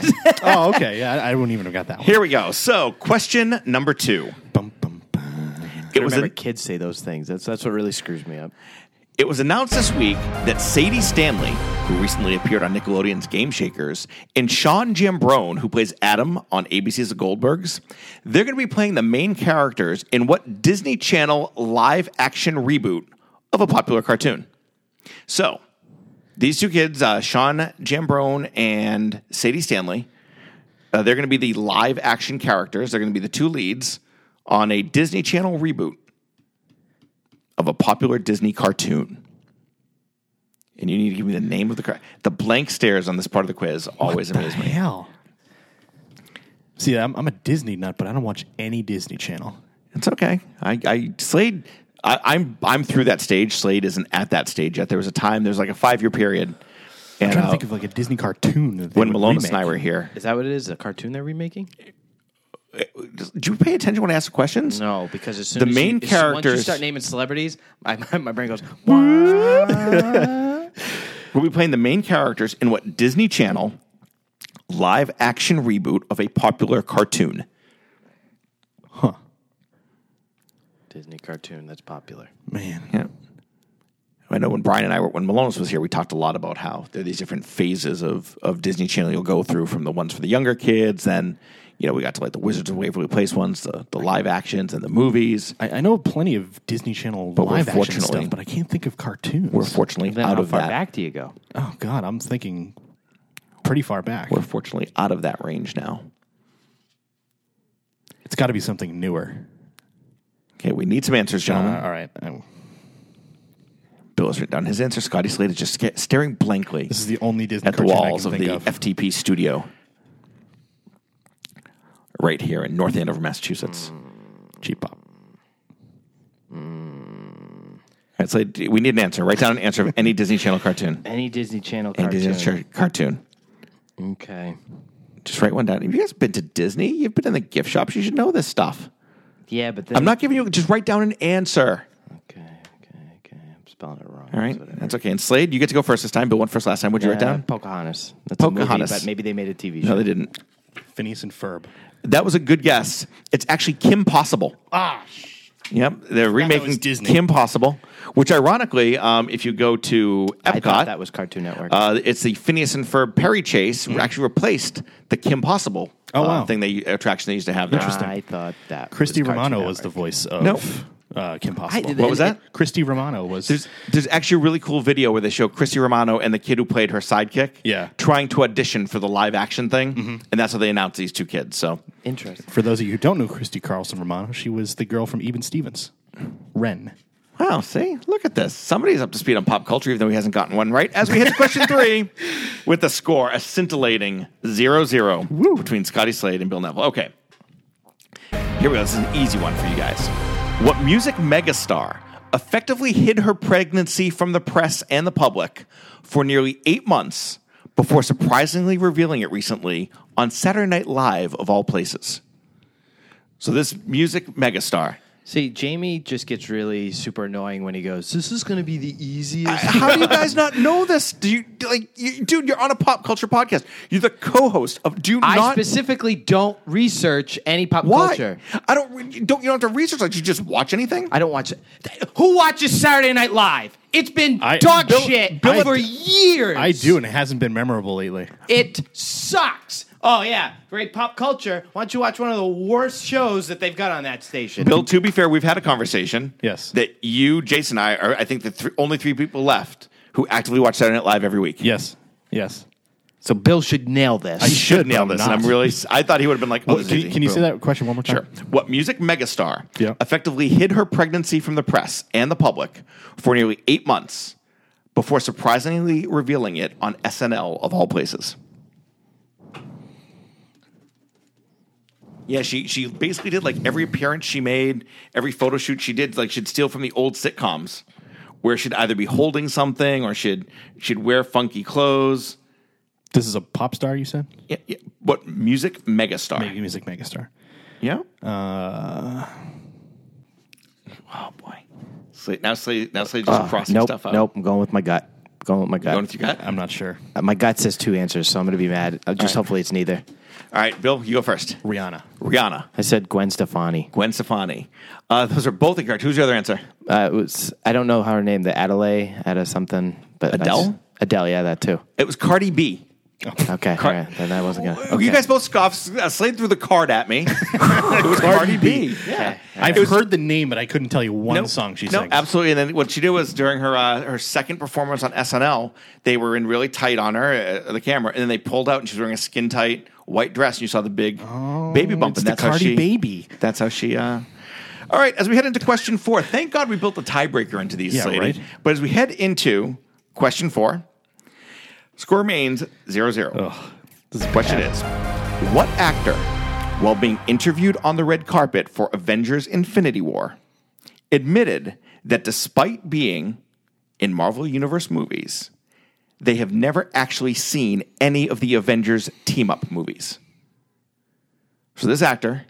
A: oh, okay. Yeah, I, I wouldn't even have got that one.
C: here we go. So, question number 2.
A: Bum, bum, bum.
C: It was
B: remember,
C: an-
B: kids say those things. That's that's what really screws me up.
C: It was announced this week that Sadie Stanley, who recently appeared on Nickelodeon's Game Shakers, and Sean Jambrone, who plays Adam on ABC's The Goldbergs, they're going to be playing the main characters in what Disney Channel live action reboot of a popular cartoon. So, these two kids, uh, Sean Jambrone and Sadie Stanley, uh, they're going to be the live action characters. They're going to be the two leads on a Disney Channel reboot of a popular Disney cartoon. And you need to give me the name of the car. The blank stares on this part of the quiz always amaze me.
A: Hell. See, I'm, I'm a Disney nut, but I don't watch any Disney Channel.
C: It's okay. I, I Slade. I, I'm I'm through that stage. Slade isn't at that stage yet. There was a time. There's like a five year period.
A: I'm
C: And
A: trying
C: uh,
A: to think of like a Disney cartoon. That they
C: when
A: would
C: Malonis and
A: remake.
C: I were here,
B: Is that what it is? A cartoon they're remaking?
C: do you pay attention when I ask the questions?
B: No, because as soon
C: The
B: as
C: main
B: you, as soon- once you
C: characters-
B: start naming celebrities, my, my, my brain goes.
C: We'll be playing the main characters in what Disney Channel live action reboot of a popular cartoon.
B: Disney cartoon that's popular.
A: Man,
C: Yeah. I know when Brian and I were when Malonis was here, we talked a lot about how there are these different phases of of Disney Channel you'll go through from the ones for the younger kids, then you know, we got to like the Wizards of Waverly Place ones, the, the live actions and the movies.
A: I, I know plenty of Disney Channel
C: But we're
A: live action
C: fortunately-
A: stuff, but I can't think of cartoons.
C: We're fortunately
B: Then
C: out
B: how
C: of
B: far
C: that.
B: back do you go?
A: oh God, I'm thinking pretty far back.
C: We're fortunately out of that range now.
A: It's got to be something newer.
C: Okay, we need some answers,
A: Uh,
C: gentlemen.
A: all right, I-
C: Bill has written down his answer. Scotty Slade is just sca- staring blankly
A: this is the only Disney
C: at the
A: cartoon
C: walls
A: I
C: of
A: can
C: the
A: think of.
C: FTP studio right here in North Andover, Massachusetts.
A: Mm. Cheap pop.
C: All right, Slade, we need an answer. Write down an answer of any Disney Channel cartoon.
B: Any Disney Channel
C: Any
B: cartoon?
C: Disney Channel cartoon.
B: Okay.
C: Just write one down. Have you guys been to Disney? You've been in the gift shops. You should know this stuff.
B: Yeah, but then
C: I'm not giving you. Just write down an answer.
B: Okay, okay, okay. I'm spelling it wrong.
C: All right,
B: That's what it-
C: that's okay. And Slade, you get to go first this time. Bill went first last time. What'd you write
B: Uh,
C: down?
B: Pocahontas. That's a movie,
C: Pocahontas.
B: but maybe they made a TV show.
C: No, they didn't.
A: Phineas and Ferb.
C: That was a good guess. It's actually Kim Possible. Ah. Yep, they're remaking
A: was
C: Disney.
A: Disney.
C: Kim Possible, which ironically, um, if you go to
B: I thought
C: Epcot,
B: that was Cartoon Network.
C: uh, it's the Phineas and Ferb Perry Chase actually replaced the Kim Possible
A: Oh,
C: uh,
A: wow.
C: thing they attraction they used to have. There. Ah.
B: I thought that
A: Christy
B: was Cartoon
A: Romano was the
B: Network.
A: voice of
C: Nope.
A: uh, Kim
B: I-
A: Possible.
B: and-
C: was
B: and-
C: that?
A: Christy Romano was.
C: There's there's actually a really cool video where they show Chrissy Romano and the kid who played her sidekick,
A: Yeah.
C: trying to audition for the live action thing, and that's how they announced these two kids. So
B: Interesting.
A: for those of you who don't know Christy Carlson Romano, she was the girl from Even Stevens. Ren.
C: Wow, see, look at this. Somebody's up to speed on pop culture, even though he hasn't gotten one right. As we hit to question three with the score, a scintillating 0 0 between Scotty Slade and Bill Neville. Okay. Here we go. This is an easy one for you guys. What music megastar effectively hid her pregnancy from the press and the public for nearly eight months before surprisingly revealing it recently on Saturday Night Live, of all places? So, this music megastar.
B: See, Jamie just gets really super annoying when he goes, "This is going to be the easiest."
C: How do you guys not know this? Do you like, you, dude? You're on a pop culture podcast. You're the co-host of. Do you
B: I
C: not?
B: specifically don't research any pop
C: why?
B: culture.
C: I don't. re- You don't. You don't have to research. Like you just watch anything.
B: I don't watch it. Th- Who watches Saturday Night Live? It's been
A: I-
B: dog
A: Bill-
B: shit
A: Bill-
B: for years.
A: I do, and it hasn't been memorable lately.
B: It sucks. Oh yeah, great pop culture. Why don't you watch one of the worst shows that they've got on that station?
C: Bill, to be fair, we've had a conversation.
A: Yes.
C: That you, Jason, and I are. I think the thr only three people left who actively watch Saturday Night Live every week.
A: Yes. Yes.
B: So Bill should nail this.
C: I should nail
A: I'm
C: this, and
A: not.
C: I'm really. s- I thought he would have been like, "Oh,
A: What-
C: this is
A: can, you,
C: easy."
A: can you say
C: Boom.
A: that question one more time?
C: Sure. What music megastar
A: Yeah.
C: effectively hid her pregnancy from the press and the public for nearly eight months before surprisingly revealing it on SNL of all places? Yeah, she she basically did like every appearance she made, every photo shoot she did, like she'd steal from the old sitcoms where she'd either be holding something or she'd she'd wear funky clothes.
A: This is a pop star, you said?
C: Yeah, yeah. What music megastar?
A: Mega music megastar.
C: Yeah. Uh, oh boy. Slate now Slate now Slate just
A: Ah,
C: crossing
B: nope,
C: stuff out.
B: nope. I'm going with my gut. Going with my gut.
C: Going with your gut.
A: I'm not sure.
B: Uh, my gut says two answers, so I'm going to be mad. Uh, just
C: right.
B: hopefully it's neither.
C: All right, Bill, you go first.
A: Rihanna.
C: Rihanna,
B: I said Gwen Stefani.
C: Gwen Stefani. Uh, those are both incorrect. Who's your other answer?
B: Uh, it was, I don't know how her name. The Adelaide, Ada something, but that's-
C: Adele?
B: Adele, yeah, that too.
C: It was Cardi B.
B: Okay,
C: Car-
B: all right, then that wasn't gonna. Okay.
C: You guys both scoffed. Uh, Slade threw the card at me. it was Cardi, B. Yeah.
A: I've
C: It was-
A: heard the name, but I couldn't tell you one
C: Nope.
A: song she
C: no,
A: sang.
C: absolutely. And then what she did was during her uh, her second performance on SNL, they were in really tight on her, uh, the camera, and then they pulled out, and she was wearing a skin tight white dress, and you saw the big baby bump,
A: Oh, it's
C: and
A: the
C: that's how
A: Cardi
C: she
A: baby.
C: That's how she. Uh, All right, as we head into question four, thank God we built a tiebreaker into these,
A: Yeah,
C: lady.
A: right.
C: But as we head into question four, score remains 0 0. This question is What actor, while being interviewed on the red carpet for Avengers Infinity War, admitted that despite being in Marvel Universe movies, they have never actually seen any of the Avengers team up movies? So this actor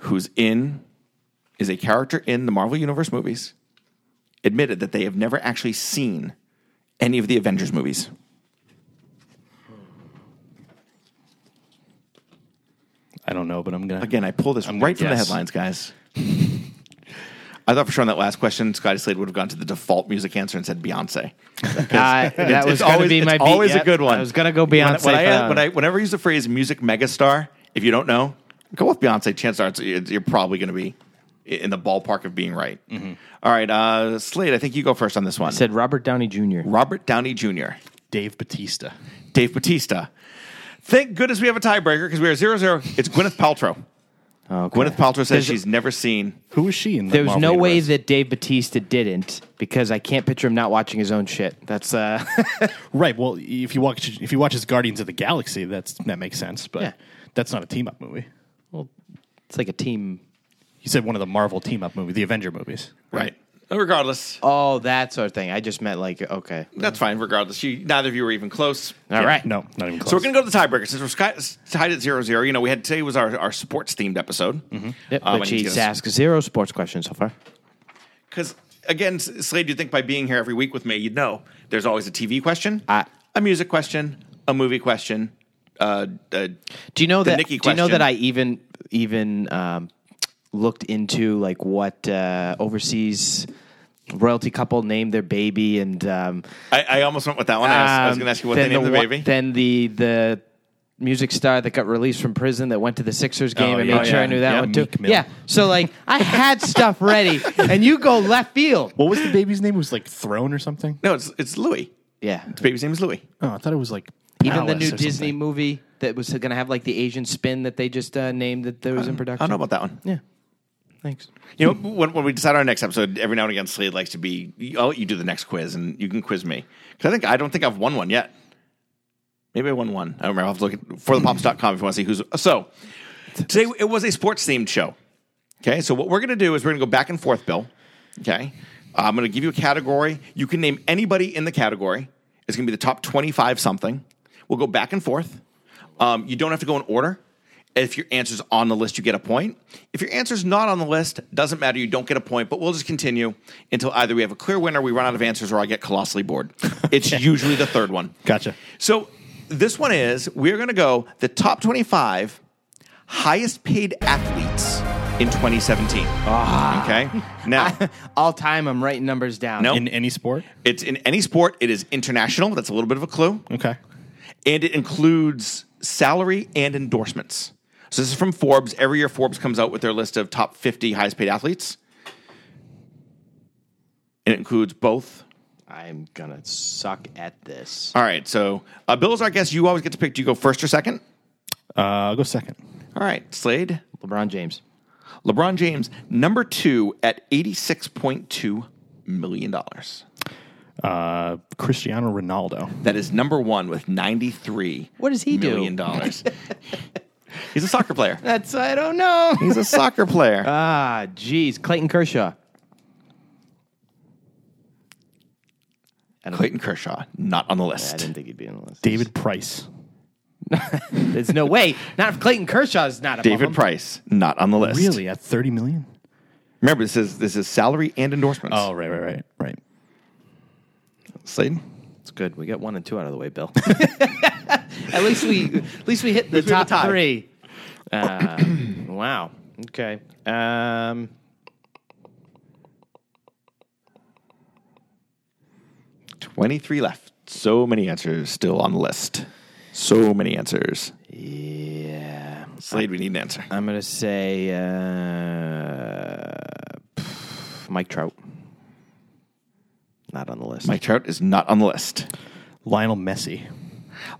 C: who's in is a character in the Marvel Universe movies admitted that they have never actually seen any of the Avengers movies.
A: I don't know, but I'm gonna
C: Again, I pull this
A: I'm gonna
C: right from the
A: guess.
C: headlines, guys. I thought for sure on that last question, Scotty Slade would have gone to the default music answer and said Beyonce. 'Cause
B: Uh, that
C: it's-
B: was
C: it's
B: gonna
C: always,
B: be my
C: it's
B: beat,
C: always
B: yep.
C: a good one.
B: I was gonna go
C: When I-
B: Beyonce
C: When, I,
B: for that
C: when
B: one.
C: I- whenever I use the phrase "music megastar," if you don't know, go with Beyonce. Chance are it's- you're probably going to be in the ballpark of being right.
A: Mm-hmm.
C: All right, uh, Slade, I think you go first on this one.
B: said Robert Downey Jr.
C: Robert Downey Jr.
A: Dave Batista.
C: Dave Batista. Thank goodness we have a tiebreaker because we are 0 0. It's Gwyneth Paltrow. Gwyneth Paltrow says
B: There's-
C: she's never seen.
A: Who was she in? The
B: There was
A: Marvel
B: no way
A: universe?
B: that Dave Batista didn't because I can't picture him not watching his own shit. That's uh,
A: Right. Well, if you watch if you watch his Guardians of the Galaxy, that's that makes sense. But
B: Yeah.
A: that's not a team up movie.
B: it's like a team.
A: You said one of the Marvel team up movies, the Avenger movies.
C: Right. Regardless,
B: Oh, that sort of thing. I just meant like okay.
C: that's fine. Regardless, you, neither of you were even close.
B: All right.
A: No, not even close.
C: So we're going to go to the tiebreaker since we're sky- tied at 0 0. You know, we had today was our, our sports themed episode.
B: Mm-hmm. Yep,
C: Um,
B: which
C: and
B: he's
C: yes.
B: asked zero sports questions so far.
C: Because, again, S- Slade, you'd think by being here every week with me, you'd know there's always a TV question,
B: I-
C: a music question, a movie question. Uh, uh,
B: Do you know
C: The
B: that?
C: Nikki
B: do you know
C: question.
B: that I even even um, looked into like what uh, overseas royalty couple named their baby and um,
C: I, I almost went with that one. I was, I was
B: um,
C: going to ask you what
B: then
C: they named the,
B: one-
C: baby.
B: Then the the music star that got released from prison that went to the Sixers game and
A: yeah.
B: made sure
A: Oh,
B: I knew that
A: yeah.
B: one
A: Yeah,
B: too.
A: Meek Mill.
B: Yeah. So like I had stuff ready, and you go left field.
A: What was the baby's name? It was like Throne or something?
C: no, it's, it's Louis.
B: Yeah.
C: The baby's name is Louis.
A: Oh, I thought it was like
B: Even the
A: Palace
B: new
A: or something.
B: Disney movie that was going to have like the Asian spin that they just uh, named that, that was in
C: I
B: production.
C: don't know about that one.
B: Yeah. Thanks.
C: You know, when, when we decide our next episode, every now and again, Slade likes to be. I'll let you do the next quiz, and you can quiz me because I think I don't think I've won one yet. Maybe I won one. I don't remember. I'll have to look at forthepops.com if you want to see who's. So today it was a sports themed show. Okay, so what we're going to do is we're going to go back and forth, Bill. Okay, I'm going to give you a category. You can name anybody in the category. It's going to be the top 25 something. We'll go back and forth. Um, you don't have to go in order. If your answer's on the list, you get a point. If your answer's not on the list, doesn't matter. You don't get a point. But we'll just continue until either we have a clear winner, we run out of answers, or I get colossally bored. It's usually the third one.
A: Gotcha.
C: So this one is we're going to go the top 25 highest paid athletes in 2017. Okay. Now,
B: All time, I'm writing numbers down.
C: No.
A: In any sport?
C: it's in any sport, it is international. That's a little bit of a clue.
A: Okay.
C: And it includes salary and endorsements. So this is from Forbes. Every year, Forbes comes out with their list of top 50 highest paid athletes. And it includes both
B: I'm gonna suck at this.
C: All right. So, uh, Bill is our guest. You always get to pick. Do you go first or second?
A: Uh, I'll go second.
C: All right. Slade,
B: LeBron James.
C: LeBron James, number two at $86.2 million.
A: Uh, Cristiano Ronaldo.
C: That is number one with $93
B: What does he do?
C: million dollars. He's a soccer player. Uh,
B: That's I don't know.
C: He's a soccer player.
B: ah, jeez, Clayton Kershaw.
C: Clayton Kershaw, not on the
B: I
C: list.
B: didn't think he'd be on the list.
A: David Price.
B: There's no way. Not if Clayton Kershaw's not. above
C: David
B: him.
C: Price, not on the list.
A: Really? At 30 million?
C: Remember, this is this is salary and endorsements.
A: Oh, right, right, right, right.
C: Slade,
B: It's good. We got one and two out of the way, Bill. at least we, at least we hit the
C: we
B: top
C: have a tie.
B: three. Uh, wow. Okay. Um,
C: twenty-three left. So many answers still on the list. So many answers.
B: yeah.
C: Slade, we need an answer.
B: I'm gonna say uh, Mike Trout. Not on the list.
C: Mike Trout is not on the list.
A: Lionel Messi.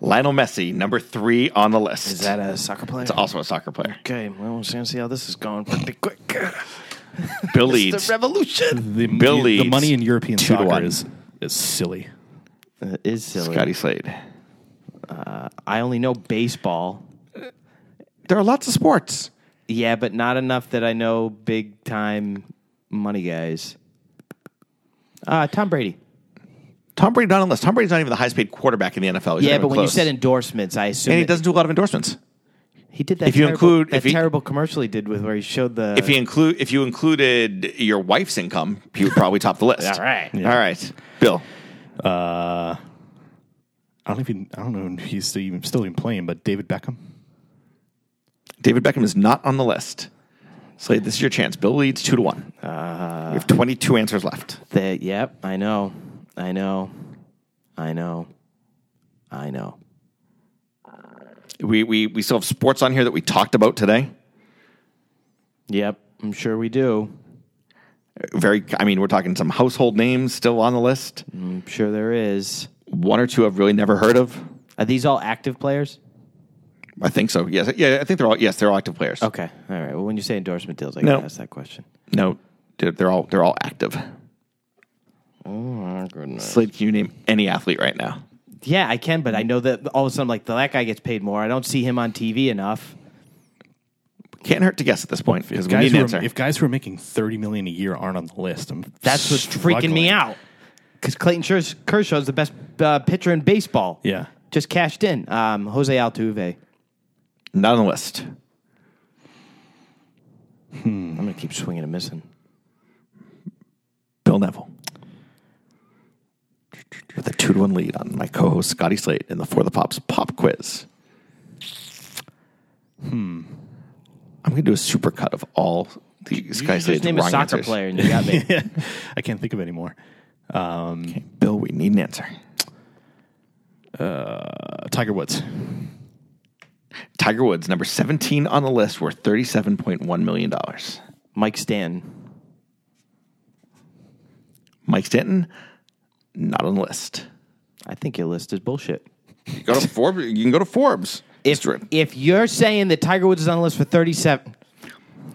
C: Lionel Messi, number three on the list.
B: Is that a soccer player?
C: It's also a soccer player.
B: Okay, well, we're going to see how this is going pretty quick.
C: Bill
B: It's
C: Leeds.
B: the revolution.
A: The,
C: Bill
A: the,
C: Leeds,
A: money in European
C: two to
A: soccer
C: one.
A: is, is silly.
B: It is silly.
C: Scotty Slade.
B: Uh, I only know baseball.
C: There are lots of sports.
B: Yeah, but not enough that I know big time money guys. Uh, Tom Brady.
C: Tom Brady not on the list. Tom Brady's not even the highest paid quarterback in the NFL. He's not
B: yeah,
C: even
B: but when you
C: close.
B: said endorsements, I assume
C: and he doesn't do a lot of endorsements.
B: he did that.
C: if you
B: terrible-
C: include-
B: that
C: if he-
B: terrible commercial he did with where he showed the
C: if you include if you included your wife's income, he would probably top the list.
B: All right.
C: all right, Bill.
A: Uh, I don't even I don't know if he's still even, still even playing, but David Beckham.
C: David Beckham is not on the list. Slade, this is your chance. Bill leads two to one.
B: Uh,
C: you have twenty two answers left.
B: that. Yep, I know, I know, I know, I know.
C: We we we still have sports on here that we talked about today.
B: Yep, I'm sure we do.
C: Very, I mean, we're talking some household names still on the list.
B: I'm sure there is.
C: One or two I've really never heard of.
B: Are these all active players?
C: I think so. Yes, yeah, I think they're all yes, they're all active players.
B: Okay, all right. Well, when you say endorsement deals, I
C: No.
B: gotta ask that question.
C: No, they're, they're all they're all active.
B: Oh my goodness.
C: Slade, can you name any athlete right now?
B: Yeah, I can, but I know that all of a sudden, like that guy gets paid more. I don't see him on TV enough.
C: Can't hurt to guess at this point because we
A: Guys
C: need an
A: who
C: answer.
A: are, if guys who are making thirty million a year aren't on the list, I'm
B: That's what's freaking me
A: struggling.
B: out. Because Clayton Scher- Kershaw is the best uh, pitcher in baseball.
A: Yeah,
B: Just cashed in. Um, Jose Altuve.
C: Not on the list.
B: I'm going to keep swinging and missing.
C: Bill Neville. With a two to one lead on my co host Scotty Slate in the For the Pops pop quiz. Hmm. I'm going to do a supercut of all the Scotty
B: His
C: Slate's
B: name is
C: wrong
B: soccer
C: answers.
B: player, and you got me.
A: I can't think of any more.
C: Okay, Bill, we need an answer.
A: Uh, Tiger Woods.
C: Tiger Woods, number 17 on the list, worth $37.1 million.
B: Mike Stanton.
C: Mike Stanton, not on the list.
B: I think your list is bullshit.
C: You, go to Forbes, you can go to Forbes.
B: If,
C: Mr.
B: if you're saying that Tiger Woods is on the list for 37,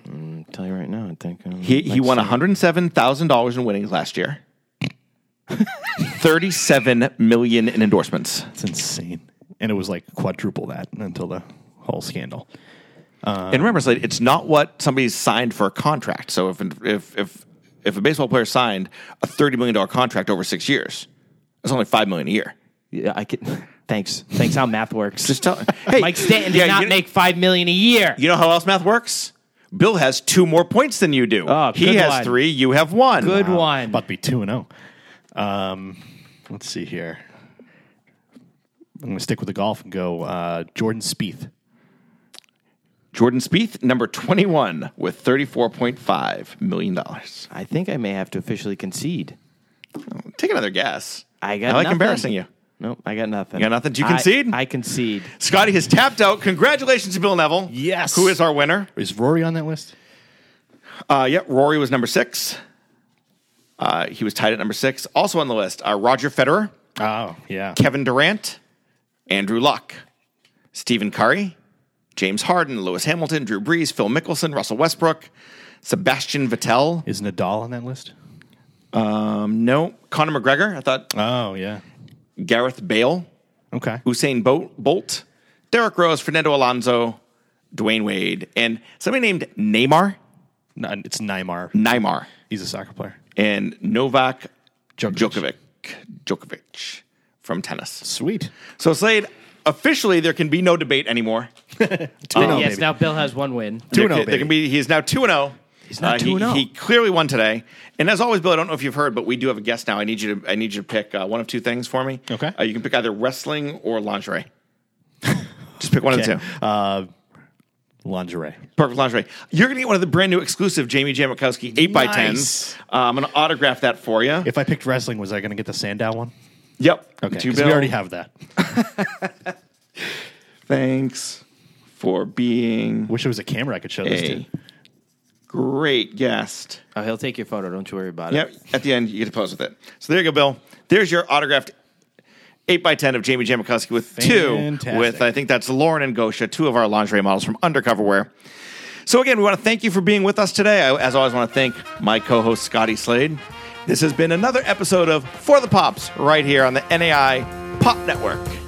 B: Mm, tell you right now, I think. um,
C: He
B: Mike
C: he won one hundred seven thousand dollars in winnings last year. Thirty seven million in endorsements.
A: It's insane, and it was like quadruple that until the whole scandal.
C: and remember, Slade, it's not what somebody's signed for a contract. So if if if if a baseball player signed a thirty million dollar contract over six years, that's only five million a year.
B: Yeah, I can. Thanks. Thanks. How math works.
C: Just tell hey,
B: Mike Stanton did
C: yeah,
B: not
C: you,
B: make five million a year.
C: You know how else math works? Bill has two more points than you do.
B: Oh,
C: he
B: good
C: has
B: one.
C: three. You have one.
B: Good one.
A: About to be two and zero. Um, let's see here. I'm going to stick with the golf and go uh, Jordan Spieth.
C: Jordan Spieth, number twenty one, with thirty four point five million dollars.
B: I think I may have to officially concede.
C: Take another guess.
B: I got.
C: I like
B: nothing.
C: embarrassing you.
B: Nope, I got nothing.
C: You got nothing? Do you
B: I-
C: concede?
B: I, concede.
C: Scotty has tapped out. Congratulations to Bill Neville.
A: Yes.
C: Who is our winner?
A: Is Rory on that list?
C: Uh, yep, Rory was number six. Uh, he was tied at number six. Also on the list are Roger Federer,
A: Oh yeah.
C: Kevin Durant, Andrew Luck, Stephen Curry, James Harden, Lewis Hamilton, Drew Brees, Phil Mickelson, Russell Westbrook, Sebastian Vettel.
A: Is Nadal on that list?
C: Um, no, Conor McGregor. I thought
A: Oh yeah.
C: Gareth Bale,
A: Okay.
C: Usain Bo- Bolt, Derek Rose, Fernando Alonso, Dwayne Wade, and somebody named Neymar.
A: No, it's Neymar.
C: Neymar.
A: He's a soccer player.
C: and Novak
A: Djokovic.
C: Djokovic. Djokovic from tennis.
A: Sweet.
C: So Slade, officially there can be no debate anymore.
A: Two and oh,
B: yes.
A: baby.
B: Now Bill has one win.
A: Two
C: There,
A: and oh,
C: can- there
A: baby.
C: can be he is now 2 and 0. He's
B: not 2-0.
A: oh.
C: he, he clearly won today. And as always Bill, I don't know if you've heard but we do have a guest now. I need you to I need you to pick uh, one of two things for me.
A: Okay.
C: Uh, you can pick either wrestling or lingerie. Just pick one of the two.
A: Uh, lingerie.
C: Perfect lingerie. You're going to get one of the brand new exclusive Jamie Jamakowski 8 by 10s
A: Nice.
C: I'm going to autograph that for you.
A: If I picked wrestling, was I going to get the Sandow one?
C: Yep.
A: Okay.
C: To
A: 'cause we
C: Bill.
A: already have that.
C: Thanks for being
A: Wish there was a camera I could show this to.
C: a great guest.
B: Oh, he'll take your photo. Don't you worry about it.
C: Yep. At the end, you get to pose with it. So there you go, Bill. There's your autographed 8 by 10 of Jamie Jamakowski with two,
A: Fantastic.
C: with I think that's Lauren and Gosha, two of our lingerie models from Undercover Wear. So, again, we want to thank you for being with us today. I, as always, want to thank my co host, Scotty Slade. This has been another episode of For the Pops right here on the NAI Pop Network.